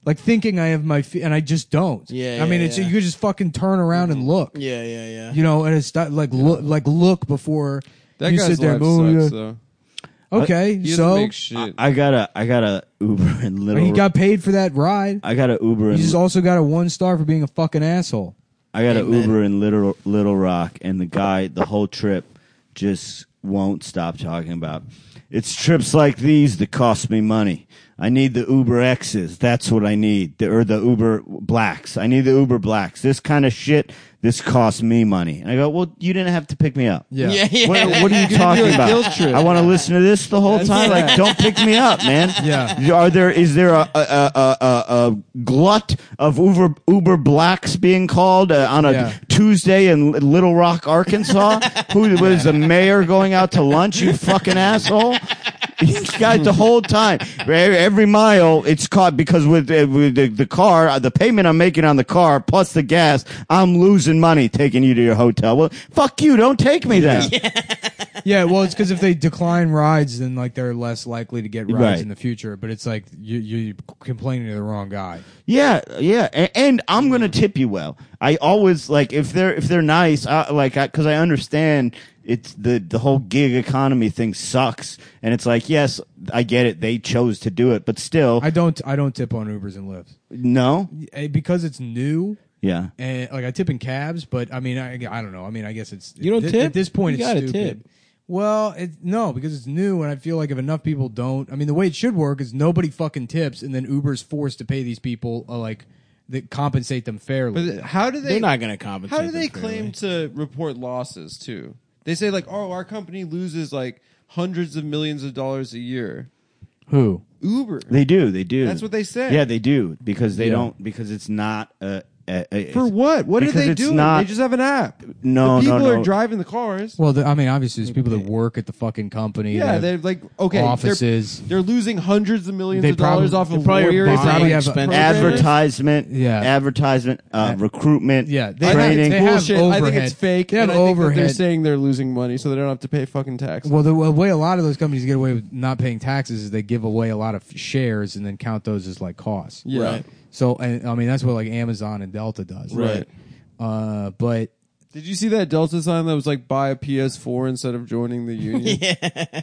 like thinking I have my feet, and I just don't. Yeah, I mean, yeah, it's yeah. Mm-hmm. you could just fucking turn around and look. Yeah, yeah, yeah. You know, and it's not like look, like look before That you guy's sit there. life and go, sucks, "Oh, yeah." though. Okay, He doesn't so make shit. I got a I got a Uber in but Little. he got paid for that ride. I got a Uber. He In, just also got a one star for being a fucking asshole. I got a Amen. Uber in Little Little Rock, and the guy the whole trip just won't stop talking about. It's trips like these that cost me money. I need the Uber X's. That's what I need. The, or the Uber Blacks. I need the Uber Blacks. This kind of shit. This costs me money. And I go, well, you didn't have to pick me up. Yeah. Yeah, yeah. What, what are you talking about? I want to listen to this the whole time. Like, don't pick me up, man. Yeah. Are there? Is there a a, a, a, a glut of Uber Uber blacks being called uh, on a Yeah. Tuesday in Li- Little Rock, Arkansas? Who was the mayor going out to lunch? You fucking asshole. You guys, the whole time, e- every mile, it's caught because with, uh, with the, the car, uh, the payment I'm making on the car plus the gas, I'm losing money taking you to your hotel. Well, fuck you, don't take me there. Yeah, well, it's because if they decline rides, then like they're less likely to get rides Right. in the future. But it's like you, you're complaining to the wrong guy. Yeah, yeah, and, and I'm gonna tip you well. I always like if they're if they're nice, I, like because I, understand it's the the whole gig economy thing sucks, and it's like yes, I get it. They chose to do it, but still, I don't. I don't tip on Ubers and Lyfts no, Eh, because it's new. yeah, And like I tip in cabs, but I mean, I, I don't know. I mean, I guess it's You don't at, tip? at this point. You it's gotta stupid. tip. Well, it, no, because it's new, and I feel like if enough people don't, I mean, the way it should work is nobody fucking tips, and then Uber's forced to pay these people uh, like that compensate them fairly. But how do they? They're not gonna compensate. How do they them fairly. claim to report losses too? They say like, oh, our company loses like hundreds of millions of dollars a year. Who? Uber. they do, they do. That's what they say. Yeah, they do because they Yeah. don't because it's not a. a, a for it's- what? What are because they it's doing? Not, they just have an app. No, the people no, no. are driving the cars. Well, the, I mean, obviously, there's people that work at the fucking company. that yeah, have- they're like okay, they're- offices. They're, losing hundreds of millions They of dollars probably- off they of probably are lawyers. buying and expensive programmers. advertisement, Yeah. advertisement, uh, recruitment, Yeah, I they- think training. they it's have bullshit. I think overhead. it's fake. They have and I think that They're overhead. saying they're losing money, so they don't have to pay fucking taxes. Well, the way a lot of those companies get away with not paying taxes is they give away a lot of shares and then count those as like costs. yeah. Right. So, and, I mean, that's what like Amazon and Delta does. Right. Uh, but Did you see that Delta sign that was like buy a PS4 instead of joining the union?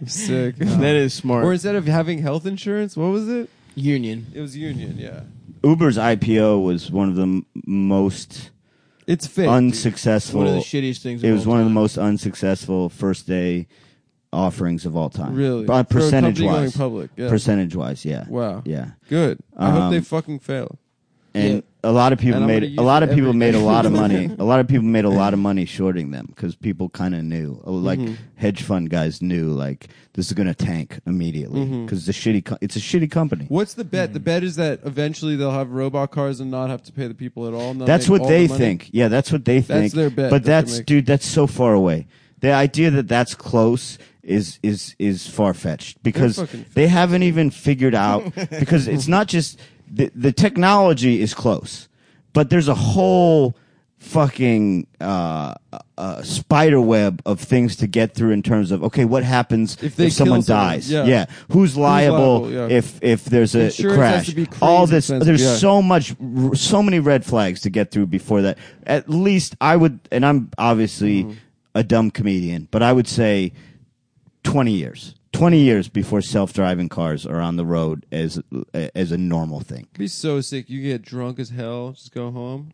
Sick. That is smart. or instead of having health insurance, what was it? Union. It was union, yeah. Uber's IPO was one of the m- most It's fake. unsuccessful. One of the shittiest things. It was all one of the time. most unsuccessful first day offerings of all time. Really? For a uh, company percentage going wise. public, yeah. Percentage wise, yeah. Wow. Yeah, Good. I hope Um, they fucking fail. and a lot of people And I'm gonna made use a lot of it people every made a day. lot of money. a lot of people made a lot of money shorting them because people kind of knew, Oh, like Mm-hmm. hedge fund guys knew, like this is going to tank immediately Mm-hmm. because the shitty. Co- it's a shitty company. What's the bet? The Hmm. bet is that eventually they'll have robot cars and not have to pay the people at all. and they'll That's make what all they the money. think. Yeah, that's what they think. their bet But that they're that's making. dude, that's so far away. the idea that that's close is is is far fetched because fucking they haven't even figured out because it's not just the the technology is close, but there's a whole fucking uh, uh, spider web of things to get through in terms of okay, what happens If they someone kill someone, dies? yeah. who's liable, liable, yeah. if if there's a Insurance crash? has to be All crazy this expensive, there's yeah. so so much r- so many red flags to get through before that at least i would and i'm Mm-hmm. obviously a dumb comedian but i would say 20 years 20 years before self-driving cars are on the road as as a normal thing It'd be so sick. You get drunk as hell, just go home.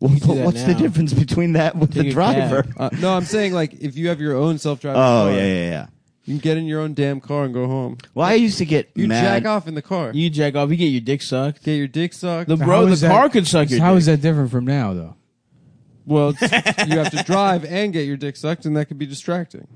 well, You do but that what's the now. difference between that with Take the a cab. driver Uh, no, I'm saying like if you have your own self-driving oh car, yeah yeah yeah you can get in your own damn car and go home. well i used to get You mad jack off in the car. You jack off. You get your dick sucked. get your dick sucked. The So bro, how the is that- car could suck your How dick. is that different from now, though? well, it's- you have to drive and get your dick sucked, and that could be distracting.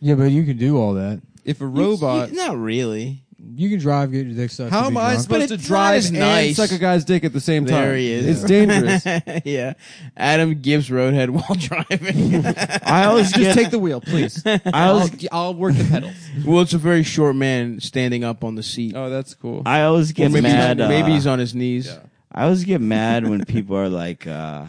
Yeah, but you can do all that. If a You- you- robot, not really. You can drive, get your dick sucked. and how am be I drunk. supposed to it's not drive as and nice. suck a guy's dick at the same time? There he is. It's dangerous. yeah, Adam Gibbs roadhead while driving. i always Just get take the wheel, please. I'll, I'll work the pedals. well, it's a very short man standing up on the seat. Oh, that's cool. i always get Or maybe, mad he's, uh, maybe he's on his knees. Yeah. I always get mad when people are like, uh,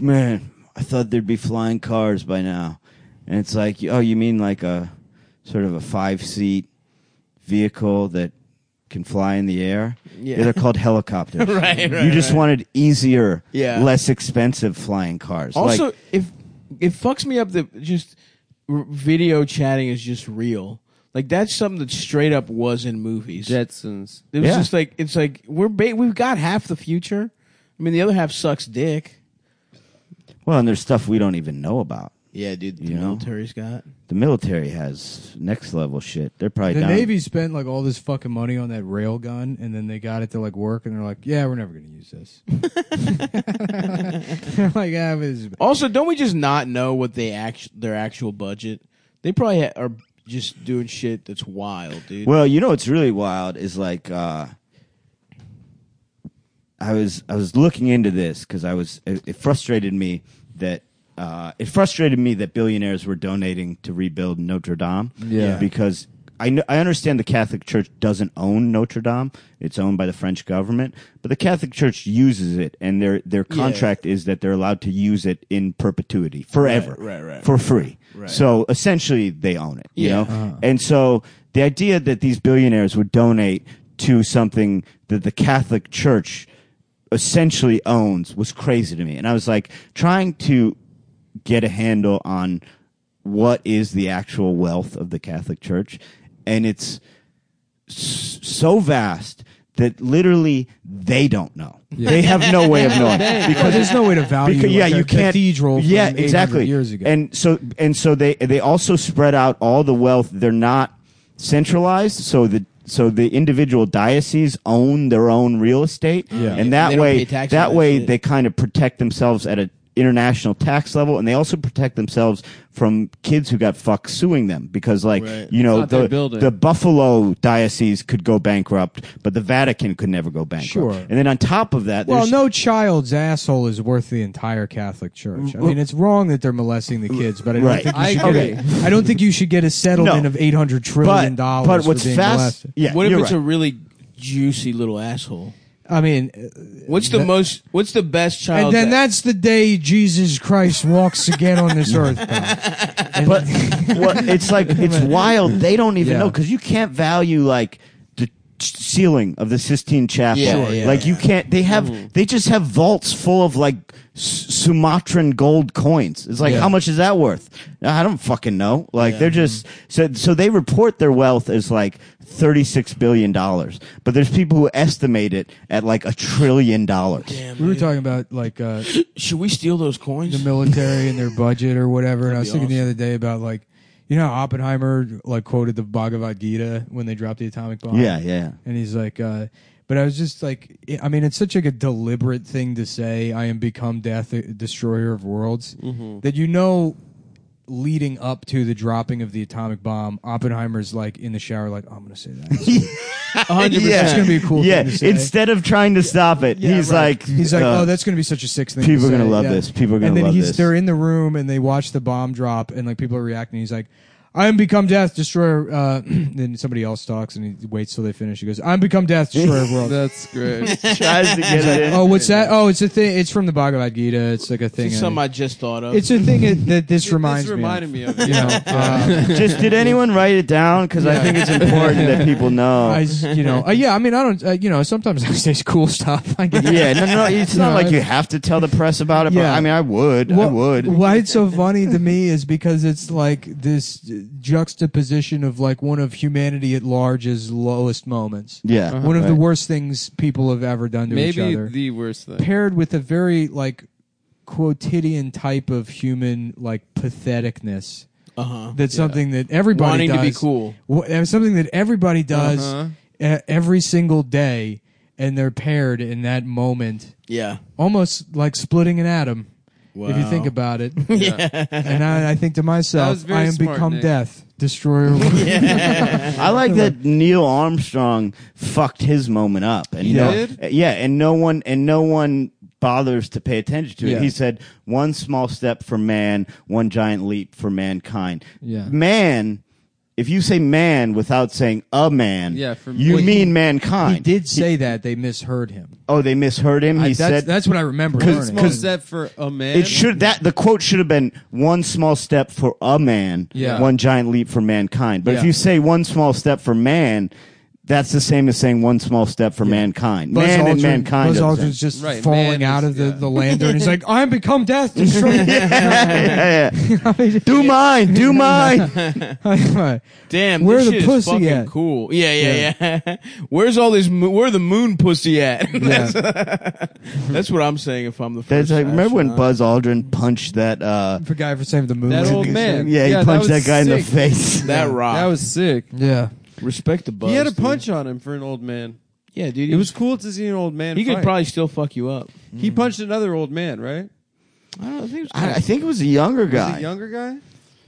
"Man, I thought there'd be flying cars by now," and it's like, "Oh, you mean like a sort of a five-seat vehicle that can fly in the air?" Yeah. they're called helicopters. Right, You right, just right. wanted easier, Yeah. less expensive flying cars. Also, like, if it fucks me up that just r- video chatting is just real. Like that's something that straight up was in movies. Jetsons. It was Yeah. just like it's like we're ba- we've got half the future. I mean, the other half sucks dick. well, and there's stuff we don't even know about. Yeah, dude. The You know? military's got. The military has next level shit. They're probably The down- Navy spent like all this fucking money on that rail gun, and then they got it to like work, and they're like, "Yeah, we're never gonna use this." they're like, "Ah, but it's- Also, don't we just not know what they act their actual budget? They probably ha- are just doing shit that's wild, dude. Well, you know what's really wild is like uh, I was I was looking into this because I was it, it frustrated me that uh, it frustrated me that billionaires were donating to rebuild Notre Dame. Yeah. because. I, kn- I understand the Catholic Church doesn't own Notre Dame; it's owned by the French government. But the Catholic Church uses it, and their their contract is that they're allowed to use it in perpetuity, forever, right, right. for free. So essentially, they own it. You Yeah. Uh-huh. know, and so the idea that these billionaires would donate to something that the Catholic Church essentially owns was crazy to me. And I was like trying to get a handle on what is the actual wealth of the Catholic Church. And it's s- so vast that literally they don't know. They have no way of knowing Well, there's no way to value. because, like, yeah, a you can't cathedral. from yeah, 800 exactly. Years ago, And so and so they they also spread out all the wealth. They're not centralized, so the so the individual dioceses own their own real estate, Yeah. and They that don't way pay tax on that that way shit. they kind of protect themselves at an international tax level, and they also protect themselves from kids who got fucked suing them because, like Right. you know, not their the building. the Buffalo diocese could go bankrupt, but the Vatican could never go bankrupt. Sure. And then on top of that, well, there's- no child's asshole is worth the entire Catholic Church. I mean, it's wrong that they're molesting the kids, but I don't Right. think you I should agree. get. A, I don't think you should get a settlement No. of eight hundred But, trillion dollars. but for what's being fast? molested. Yeah, what if you're it's right. a really juicy little asshole? I mean, uh, What's the That- most? What's the best child? and then that- that's the day Jesus Christ walks again on this earth. pal. And- but what, it's like it's wild. They don't even Yeah. know because you can't value like the t- ceiling of the Sistine Chapel. Yeah, Sure. yeah, like you yeah. Mm. can't. They have they just have vaults full of like S- Sumatran gold coins. It's like Yeah. how much is that worth? I don't fucking know. Like they're just so so they report their wealth as like. Thirty-six billion dollars, but there's people who estimate it at like a trillion dollars. we were talking about like uh, Should we steal those coins? the military and their budget or whatever. and I was be thinking the other day about like, you know, how Oppenheimer like quoted the Bhagavad Gita when they dropped the atomic bomb. Yeah, yeah. and he's like, uh, but I was just like, I mean, it's such like a deliberate thing to say. I am become death, uh, destroyer of worlds. Mm-hmm. That you know, leading up to the dropping of the atomic bomb, Oppenheimer's like in the shower, like I'm gonna say that. 100%. That's gonna be a cool yeah. thing to say. Instead of trying to stop it, Yeah, he's right. like, He's like, uh, oh, that's going to be such a sick thing. people to are gonna say." love this. People are gonna And then love he's this. they're in the room and they watch the bomb drop and like people are reacting. He's like, "I'm become death destroyer." Uh, then somebody else talks and he waits till they finish. He goes, "I'm become death destroyer of worlds." That's great. tries to get it in. oh, what's that? Oh, it's a thing. It's from the Bhagavad Gita. It's like a thing. It's something I just thought of. It's a thing that- that this reminds this me. reminded me of, of. it. You know, yeah. uh, Just did anyone write it down? Because I think it's important that people know. I, s- you know, uh, yeah. I mean, I don't. Uh, you know, sometimes I say cool stuff. I guess. yeah, no, no, it's No, not like you it's- have to tell the press about it. Yeah. But I mean, I would, I Wha- would. Why it's so funny to me is because it's like this juxtaposition of like one of humanity at large's lowest moments, Yeah, one of the right. worst things people have ever done to each Maybe other, the worst thing. paired with a very like quotidian type of human like patheticness. uh huh. That's something that everybody Wanting to be does. cool. Wha- and something that everybody does Uh-huh. e- every single day, and they're paired in that moment, Yeah. almost like splitting an atom. If you Wow. think about it, and I, I think to That myself, was very I am smart, become Nick. death, destroyer. of worlds. I like that Neil Armstrong fucked his moment up, and no, did? yeah, and no one and no one bothers to pay attention to it. Yeah. He said, "One small step for man, one giant leap for mankind." Yeah. man. If you say man without saying a man, Yeah, for- you Well, he- mean he mankind. did say that they misheard him. oh, they misheard him. I- He that's, said that's what I remember. 'Cause- learning. Small step for a man. It should that the quote should have been one small step for a man, Yeah. one giant leap for mankind. But if Yeah. you say one small step for man, that's the same as saying one small step for mankind. Buzz man Aldrin- and mankind. Buzz are the Aldrin's same. just Right, falling man out is- of the, yeah. the lander, and he's like, "I'm become death, destroyer." Yeah, yeah, yeah. do mine, do mine. Damn, Where this the shit is pussy fucking at? cool. Yeah, yeah, yeah. Where's all this? Mo- where the moon pussy at? that's, that's what I'm saying. If I'm the first, That's like remember when astronaut. Buzz Aldrin punched that uh the guy for saving the moon. That old man. yeah, Yeah, he that punched that, was guy in the sick. face. that rock. That was sick. Yeah. respect the Buzz. he had a dude. punch on him for an old man. Yeah, dude. he It was cool to see an old man. He could fight. probably still fuck you up. He punched another old man, right? I don't know. I think it was I, I think it was a younger Was guy. it a younger guy?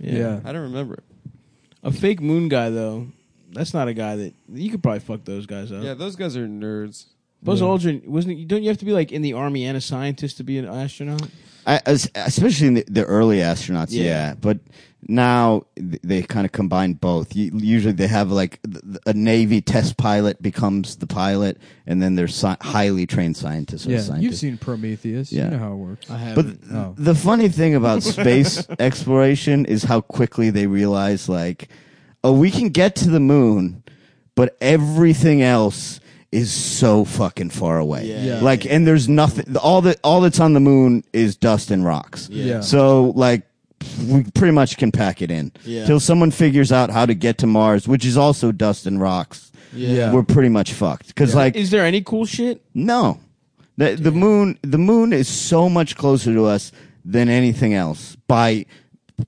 yeah. Yeah. I don't remember. A fake moon guy though. That's not a guy that you could probably fuck those guys up. Yeah, those guys are nerds. Buzz Aldrin wasn't. he- Don't you have to be like in the army and a scientist to be an astronaut? I, as- especially in the, the early astronauts, Yeah. yeah. But now th- they kind of combine both. U- Usually they have like th- th- a Navy test pilot becomes the pilot, and then there's sci- highly trained scientists or Yeah. scientists. You've seen Prometheus. Yeah. You know how it works. I have. but th- Oh. the funny thing about space exploration is how quickly they realize, like, oh, we can get to the moon, but everything else is so fucking far away. Yeah. Yeah. Like, and there's nothing. All the all that's on the moon is dust and rocks. Yeah. So like we pretty much can pack it in Yeah. till someone figures out how to get to Mars, which is also dust and rocks. Yeah. We're pretty much fucked because like Is there any cool shit? no, the the moon the moon is so much closer to us than anything else by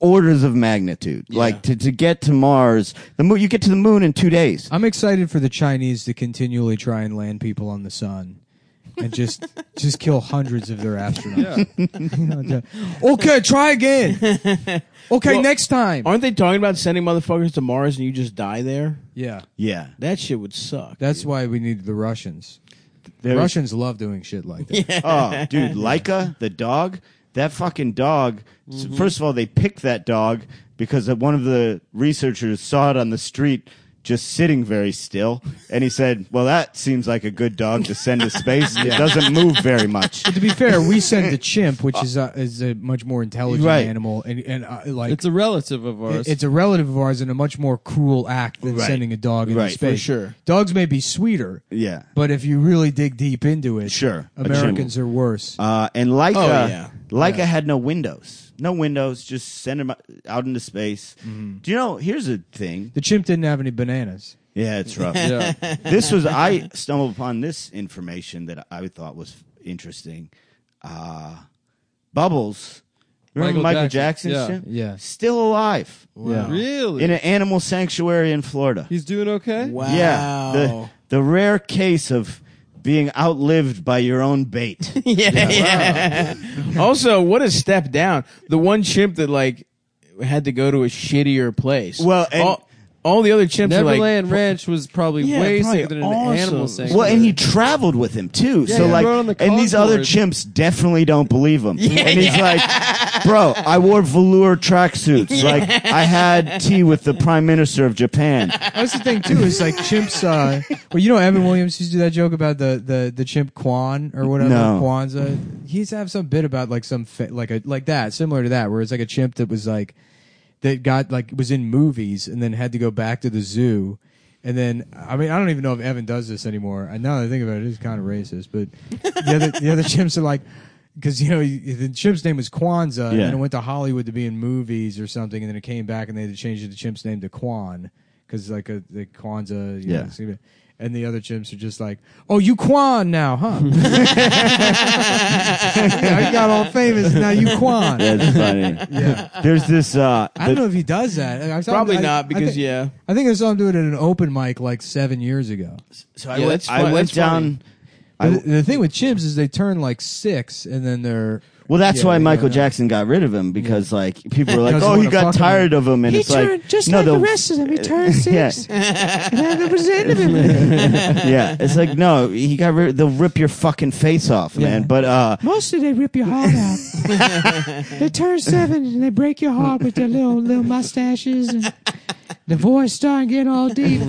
orders of magnitude. Like to, to get to Mars, the moon you get to the moon in two days. I'm excited for the Chinese to continually try and land people on the sun and just just kill hundreds of their astronauts. okay, try again. Okay, Well, next time. Aren't they talking about sending motherfuckers to Mars and you just die there? yeah. Yeah, That shit would suck. That's why we need the Russians. There is- Russians love doing shit like that. oh, dude, Leica, the dog, that fucking dog. s- First of all, they picked that dog because of- one of the researchers saw it on the street just sitting very still. And he said, Well, that seems like a good dog to send to space. It doesn't move very much. To be fair, we send the chimp, which is a, is a much more intelligent Right. animal, and and uh, like It's a relative of ours. It- It's a relative of ours and a much more cruel act than Right. sending a dog into Right, for space. sure. Dogs may be sweeter. Yeah. But if you really dig deep into it, Sure. A Americans are worse. Uh, and Leica, Oh, yeah. Leica had no windows. No windows, just send him out into space. Do you know, here's a thing. the chimp didn't have any bananas. Yeah, it's rough. yeah. this was I stumbled upon this information that I thought was interesting. Uh, Bubbles, remember Michael Michael Jackson, Jackson? yeah. Yeah. still alive Yeah. really? in an animal sanctuary in Florida. He's doing okay? Wow. Yeah, the the rare case of being outlived by your own bait. yeah, yeah. also, what a step down. The one chimp that like had to go to a shittier place. well, and All- all the other chimps are like Neverland Ranch was probably Yeah, way probably sicker than an awesome. animal sanctuary. Well, and he traveled with him too. Yeah, so he like, rode on the and these other cardboard. chimps definitely don't believe him. and he's like, "Bro, I wore velour tracksuits. Like, I had tea with the prime minister of Japan." That's the thing too. Is like chimps. Uh, well, you know Evan Williams used to do that joke about the the, the chimp Kwan or whatever No. Kwanzaa. He used to have some bit about like some fa- like a like that similar to that, where it's like a chimp that was like that got like was in movies and then had to go back to the zoo. And then, I mean, I don't even know if Evan does this anymore. And now that I think about it, it is kind of racist. But the other, the other chimps are like, because you know, you- the chimp's name was Kwanzaa, Yeah. and it went to Hollywood to be in movies or something, and then it came back and they had to change the chimp's name to Kwan because like a, the Kwanzaa, you Yeah. know, excuse me. and the other chimps are just like, oh, you Kwan now, huh? I got all famous now, you Kwan. That's funny. Yeah. There's this. Uh, I don't the- know if he does that. I saw him- probably I- not I because think- yeah, I think I saw him do it at an open mic like seven years ago. so I Yeah, went, that's I fu- went that's funny. down. I- The, the thing with chimps is they turn like six and then they're Well, that's Yeah, why they Michael don't know. Jackson got rid of him because, like, people were like, Doesn't "Oh, wanna he got fuck him. tired of him," and it's like, no, the, uh, of them. He turned Yeah. and that was the end of him. yeah, it's like, no, he got rid. They'll rip your fucking face off, man. But uh, Mostly they rip your heart out. they turn seven and they break your heart with their little little mustaches and the voice starting getting all deep.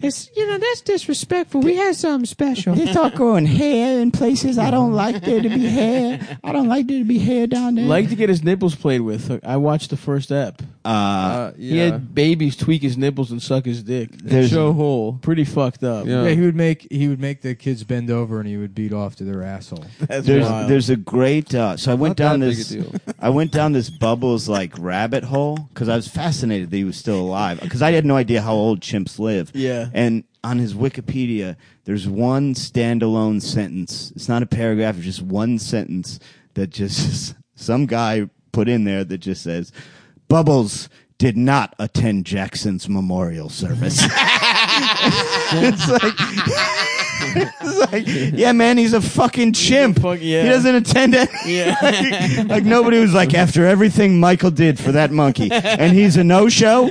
It's you know that's disrespectful. We had something special. They start growing hair in places I don't like there to be hair. I don't like there to be hair down there. like to get his nipples played with. I watched the first ep. uh, uh, He yeah. had babies tweak his nipples and suck his dick. there's Show hole. Pretty fucked up. Yeah. Yeah, he would make he would make the kids bend over and he would beat off to their asshole. That's there's wild. there's a great. Uh, so I went Not that down big this. a deal. I went down this bubbles like rabbit hole because I was fascinated that he was still alive because I had no idea how old chimps live. Yeah. And on his Wikipedia, there's one standalone sentence. It's not a paragraph. It's just one sentence that just some guy put in there that just says, "Bubbles did not attend Jackson's memorial service." it's like. it's like, yeah, man, he's a fucking chimp. Fuck, yeah. He doesn't attend any yeah. like, like nobody was like after everything Michael did for that monkey, and he's a no-show.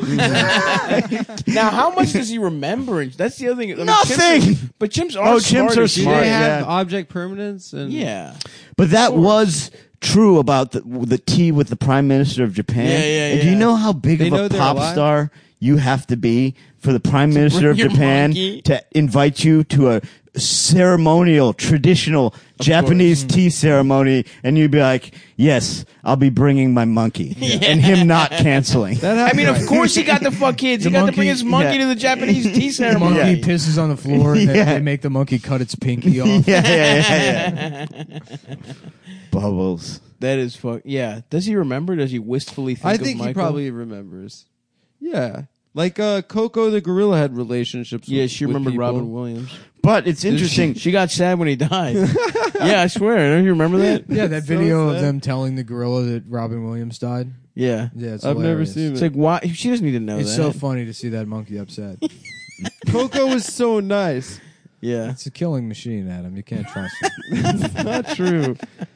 now, how much does he remember? And- That's the other thing. I mean, Chimps Nothing. are, but chimps are Oh, smart chimps are as shit. Do smart, they have yeah. object permanence? And Yeah. But that was true about the, the tea with the prime minister of Japan. Yeah, yeah, And do you yeah. know how big They know of a they're pop alive? star you have to be for the prime minister of your Japan monkey. to invite you to a ceremonial, traditional Japanese tea ceremony, and you'd be like, "Yes, I'll be bringing my monkey," and him not canceling. That I happened. mean, of course he got the fuck kids. The he got to bring monkey- his monkey yeah. to the Japanese tea The ceremony. monkey pisses on the floor and they- Yeah. they make the monkey cut its pinky off. yeah, yeah, yeah, yeah. Bubbles. That is fuck. Yeah. Does he remember? Does he wistfully think I of think he Michael? probably remembers. Yeah. Like uh, Coco the gorilla had relationships. Yeah, with, she with remembered people. Robin Williams. But it's interesting. She, she got sad when he died. yeah, I swear. Don't you remember that? Yeah, that So video of sad. them telling the gorilla that Robin Williams died. Yeah. Yeah, it's I've never hilarious. seen It's it. like why she doesn't need to know It's that. so funny to see that monkey upset. Coco was so nice. yeah. it's a killing machine, Adam. You can't trust it. Not true.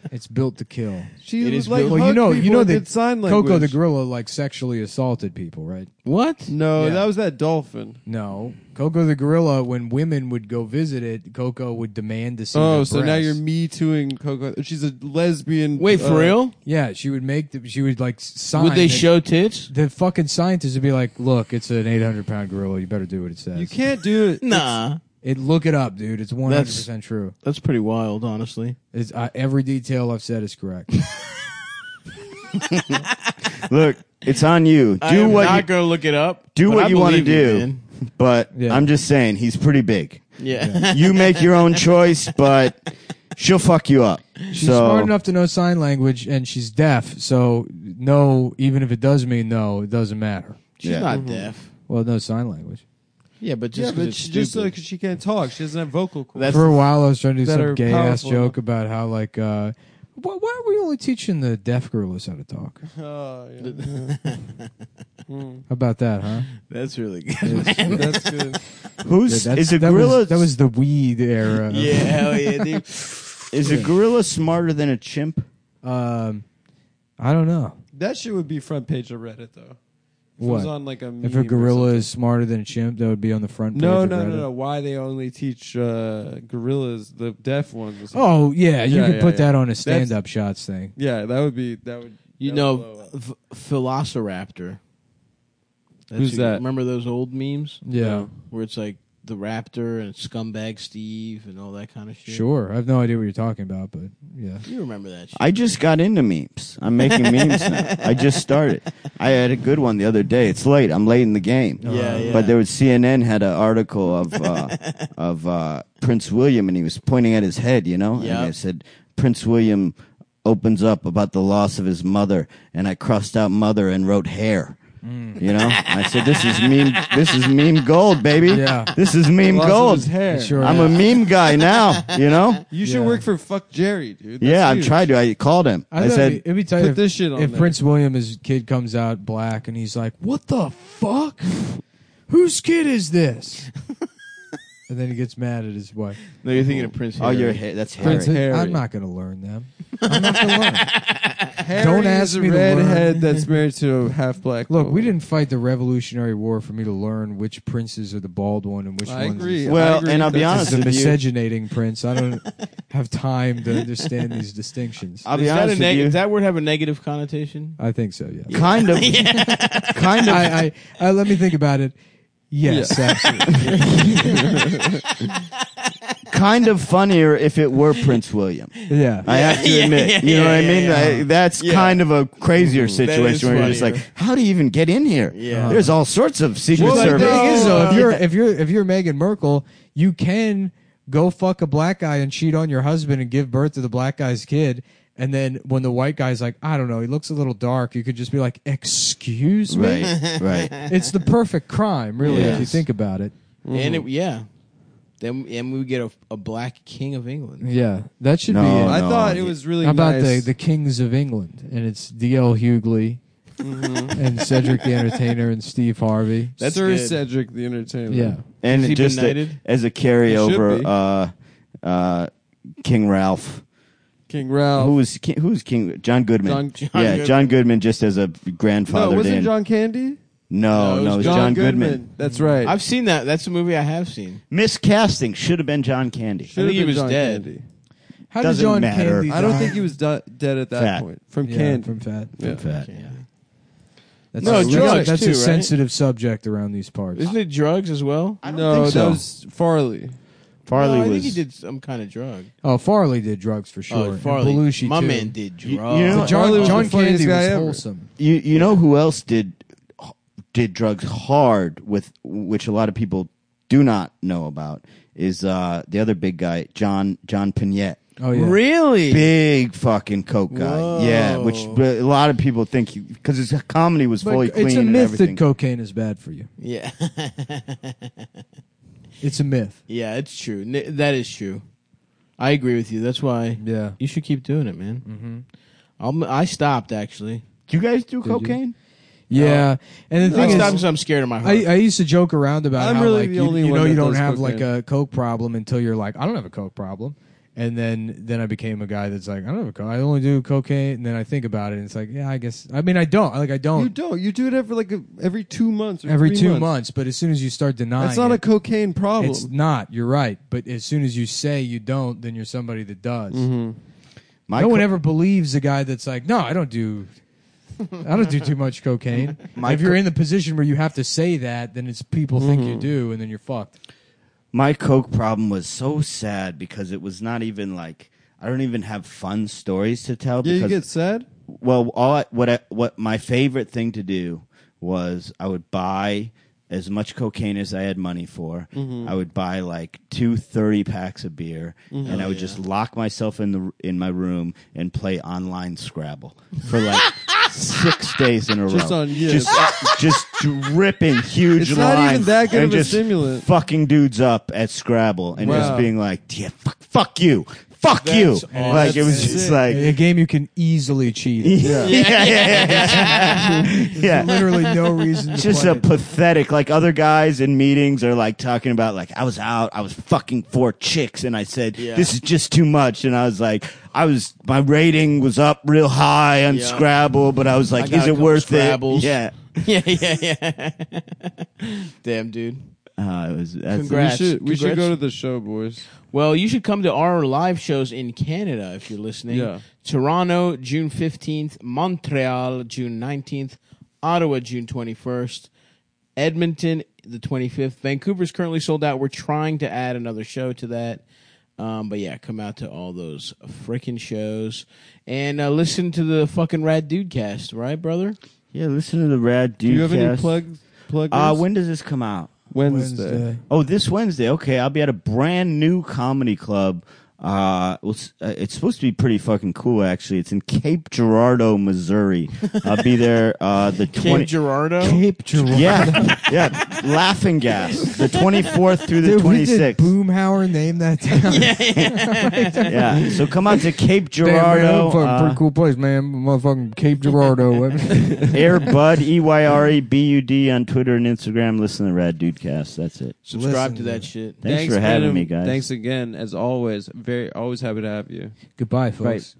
It's built to kill. She It was is like, built- Well, you know, you know the that sign language. Coco the gorilla like sexually assaulted people, right? What? No, Yeah. that was that dolphin. No, Coco the gorilla. When women would go visit it, Coco would demand to see. Oh, their so now breasts. you're me tooing Coco. She's a lesbian. Wait, for uh, real? Yeah, she would make. The, she would like s- sign. Would they that- show tits? The fucking scientists would be like, "Look, it's an 800 pound gorilla. You better do what it says. You can't do it. Nah. It look it up, dude. It's 100 percent true. That's pretty wild, honestly. It's, uh, every detail I've said is correct. Look, it's on you. Do I am what not you gonna look it up. do but what I you want to believe you, do. man. But Yeah. I'm just saying, he's pretty big. Yeah. You make your own choice, but she'll fuck you up. She's so, smart enough to know sign language, and she's deaf. So no, even if it does mean no, it doesn't matter. She's Yeah. not deaf. Well, no sign language. Yeah, but Yeah, just but she just like because she can't talk, she doesn't have vocal cords. That's- For a while, I was trying to do that some are gay ass powerful. joke about how like, uh, why, why are we only teaching the deaf gorillas how to talk? How Oh, yeah. about that, huh? that's really good. That's good. who's Yeah, that's- is a that gorilla? Was, that was the weed era. of- yeah, hell yeah, dude. is a gorilla smarter than a chimp? Um, I don't know. That shit would be front page of Reddit though. If it was on like a If meme or a gorilla something. is smarter than a chimp, that would be on the front page. No, of no, no, Reddit. no. Why they only teach uh, gorillas, the deaf ones? Or something. Oh yeah, you Yeah, could yeah, put yeah. that on a That's- stand-up shots thing. yeah, that would be that would. You that would blow know, up. v- Velociraptor. That's Who's a- that? Remember those old memes Yeah, where it's like the raptor and scumbag Steve and all that kind of shit? sure. I have no idea what you're talking about, but yeah. You remember that shit. I just got into memes. I'm making memes now. I just started. I had a good one the other day. It's late. I'm late in the game. Uh-huh. Yeah, yeah. But there was CNN had an article of uh, of uh, Prince William, and he was pointing at his head. You know, Yeah. and it said Prince William opens up about the loss of his mother, and I crossed out mother and wrote hair. You know, I said this is meme. This is meme gold, baby. Yeah. This is meme Loss of gold. his hair. Sure. I'm a meme guy now. You know. You should Yeah. work for Fuck Jerry, dude. That's yeah, I've huge. tried to. I called him. I, thought said, it'd be, it'd be tight put if, this shit on if there. Prince William, his kid comes out black, and he's like, "What the fuck? Whose kid is this?" and then he gets mad at his wife. No, you're thinking of Prince. "Oh, your Harry. hair. That's Harry." Prince Harry. I'm not going to learn them. I'm not going to learn. Harry Don't ask is a me to learn. redhead that's married to a half black. Look, we woman. didn't fight the Revolutionary War for me to learn which princes are the bald one and which I ones agree. is- Well, I agree and I'll be That's- is honest the with you. miscegenating prince. I don't have time to understand these distinctions. I'll be Is that, a honest with neg- you. does that word have a negative connotation? I think so. Yeah. kind of. kind of. I, I, I let me think about it. Yes, absolutely. kind of funnier if it were Prince William. yeah. I have to admit, you know what I mean. I- that's kind of a crazier is situation where you're just funnier. like, how do you even get in here? Yeah. There's all sorts of secret Well, the service. thing is, though, if you're if you're if you're Meghan Merkel, you can go fuck a black guy and cheat on your husband and give birth to the black guy's kid. And then when the white guy's like, I don't know, he looks a little dark, you could just be like, Excuse me. right, right. It's the perfect crime, really, if you Yes. think about it. And it, yeah, then and we get a, a black king of England. Yeah, that should No, be. It. no. I Oh, thought it yeah. was really How about nice. the the kings of England? And it's D.L. Hughley Mm-hmm. and Cedric the Entertainer and Steve Harvey. That's Sir good. Cedric the Entertainer. Yeah. And Is he just a- benighted? as a He should carryover, be. uh, uh, King Ralph. King Ralph. Who was Ki- who was King John Goodman? John- John yeah, Goodman. John Goodman just as a no, grandfather. wasn't in. John Candy? Oh, No, no, it was John, Goodman. That's right. I've seen that. That's a movie I have seen. Miscasting should have been John Candy. Should've think he been was John dead. Candy. How did Doesn't John matter. Candy? I don't die? think he was di- dead at that Fat. point. From Yeah, Candy. from fat. Yeah. Fat. Yeah. That's No, a, drugs, that's too, a right? sensitive subject around these parts. Isn't it drugs as well? I don't no, think so. that was Farley. Farley No, I was. think he did some kind of drug. Oh, Farley did drugs for sure. Oh, and Farley. Belushi My too. man did drugs. you know- So John, Farley was John the funniest Candy guy was ever. wholesome. You you know who else did did drugs hard with which a lot of people do not know about is uh, the other big guy John John Pinette. Oh yeah. Really? Big fucking coke guy, Whoa. yeah. Which but a lot of people think because his comedy was But fully clean it's a and myth everything. that cocaine is bad for you. Yeah, It's a myth. yeah, it's true. N- that is true. I agree with you. That's why Yeah. you should keep doing it, man. Mm-hmm. I'm, I stopped actually. do you guys do you? cocaine? Yeah. And the I thing stopped is, because I'm scared of my heart. I, I used to joke around about I'm how really like the you, only you one know that you don't does have cocaine. like a coke problem until you're like I don't have a coke problem, and then then I became a guy that's like I don't have a coke. I only do cocaine, and then I think about it, and it's like yeah, I guess. I mean, I don't like I You don't don't. You do it every like a- every two months. Or Oh. every three two months. months. but as soon as you start denying, That's not a it, cocaine problem. it's not. You're right, but as soon as you say you don't, then you're somebody that does. Mm-hmm. My no one co- ever believes a guy that's like, no, I don't do, I don't do too much cocaine. My if you're co- in the position where you have to say that, then it's people think Mm-hmm. you do, and then you're fucked. my coke problem was so sad because it was not even like I don't even have fun stories to tell. yeah, you because get sad. well, all I, what I, what my favorite thing to do was I would buy as much cocaine as I had money for. Mm-hmm. I would buy like two 30 packs of beer, Mm-hmm. and Oh, I would just lock myself in the in my room and play online Scrabble for like six days in a Just row. on- yeah. Just just dripping huge It's not lines even that good and of a just stimulant. fucking dudes up at Scrabble and Wow. just being like, yeah, fuck, fuck you. Fuck you! That's awesome. Like it was That's just sick. like A game you can easily cheat. yeah, yeah, yeah, yeah. Yeah. Literally no reason. To Just play a it. pathetic. Like other guys in meetings are like talking about like I was out, I was fucking four chicks, and I said Yeah. this is just too much, and I was like I was my rating was up real high on Yeah. Scrabble, but I was like got is a it couple worth Scrabbles. it? Yeah, yeah, yeah, yeah. Damn, dude. Uh, it was that's We Congrats. should we should Congrats. go to the show, boys. Well, you should come to our live shows in Canada if you're listening. Yeah. Toronto, June 15th. Montreal, June 19th. Ottawa, June 21st. Edmonton, the 25th. Vancouver's currently sold out. We're trying to add another show to that. Um, but yeah, come out to all those freaking shows and uh, listen to the fucking Rad Dude cast, right, brother? Yeah, listen to the Rad Dude. Do you have any cast. plugs? Plug Uh, when does this come out? Wednesday. Oh, this Wednesday. Okay, I'll be at a brand new comedy club. Uh, well, it's, uh, it's supposed to be pretty fucking cool, actually. It's in Cape Girardeau, Missouri. I'll be there uh, the 20- Cape Girardeau. Cape Girardeau. Yeah, yeah. Laughing gas. The 24th through the Dude, we 26th. did Boomhauer name that town. Yeah. So come out to Cape Damn, man, Girardeau. fucking Uh, pretty cool place, man. Motherfucking Cape Girardeau. Air Bud E Y R E B U D on Twitter and Instagram. Listen to Rad Dudecast. That's it. Subscribe Listen. to that shit. Thanks, for having Adam. me, guys. Thanks again, as always. Very always happy to have you. Goodbye, folks.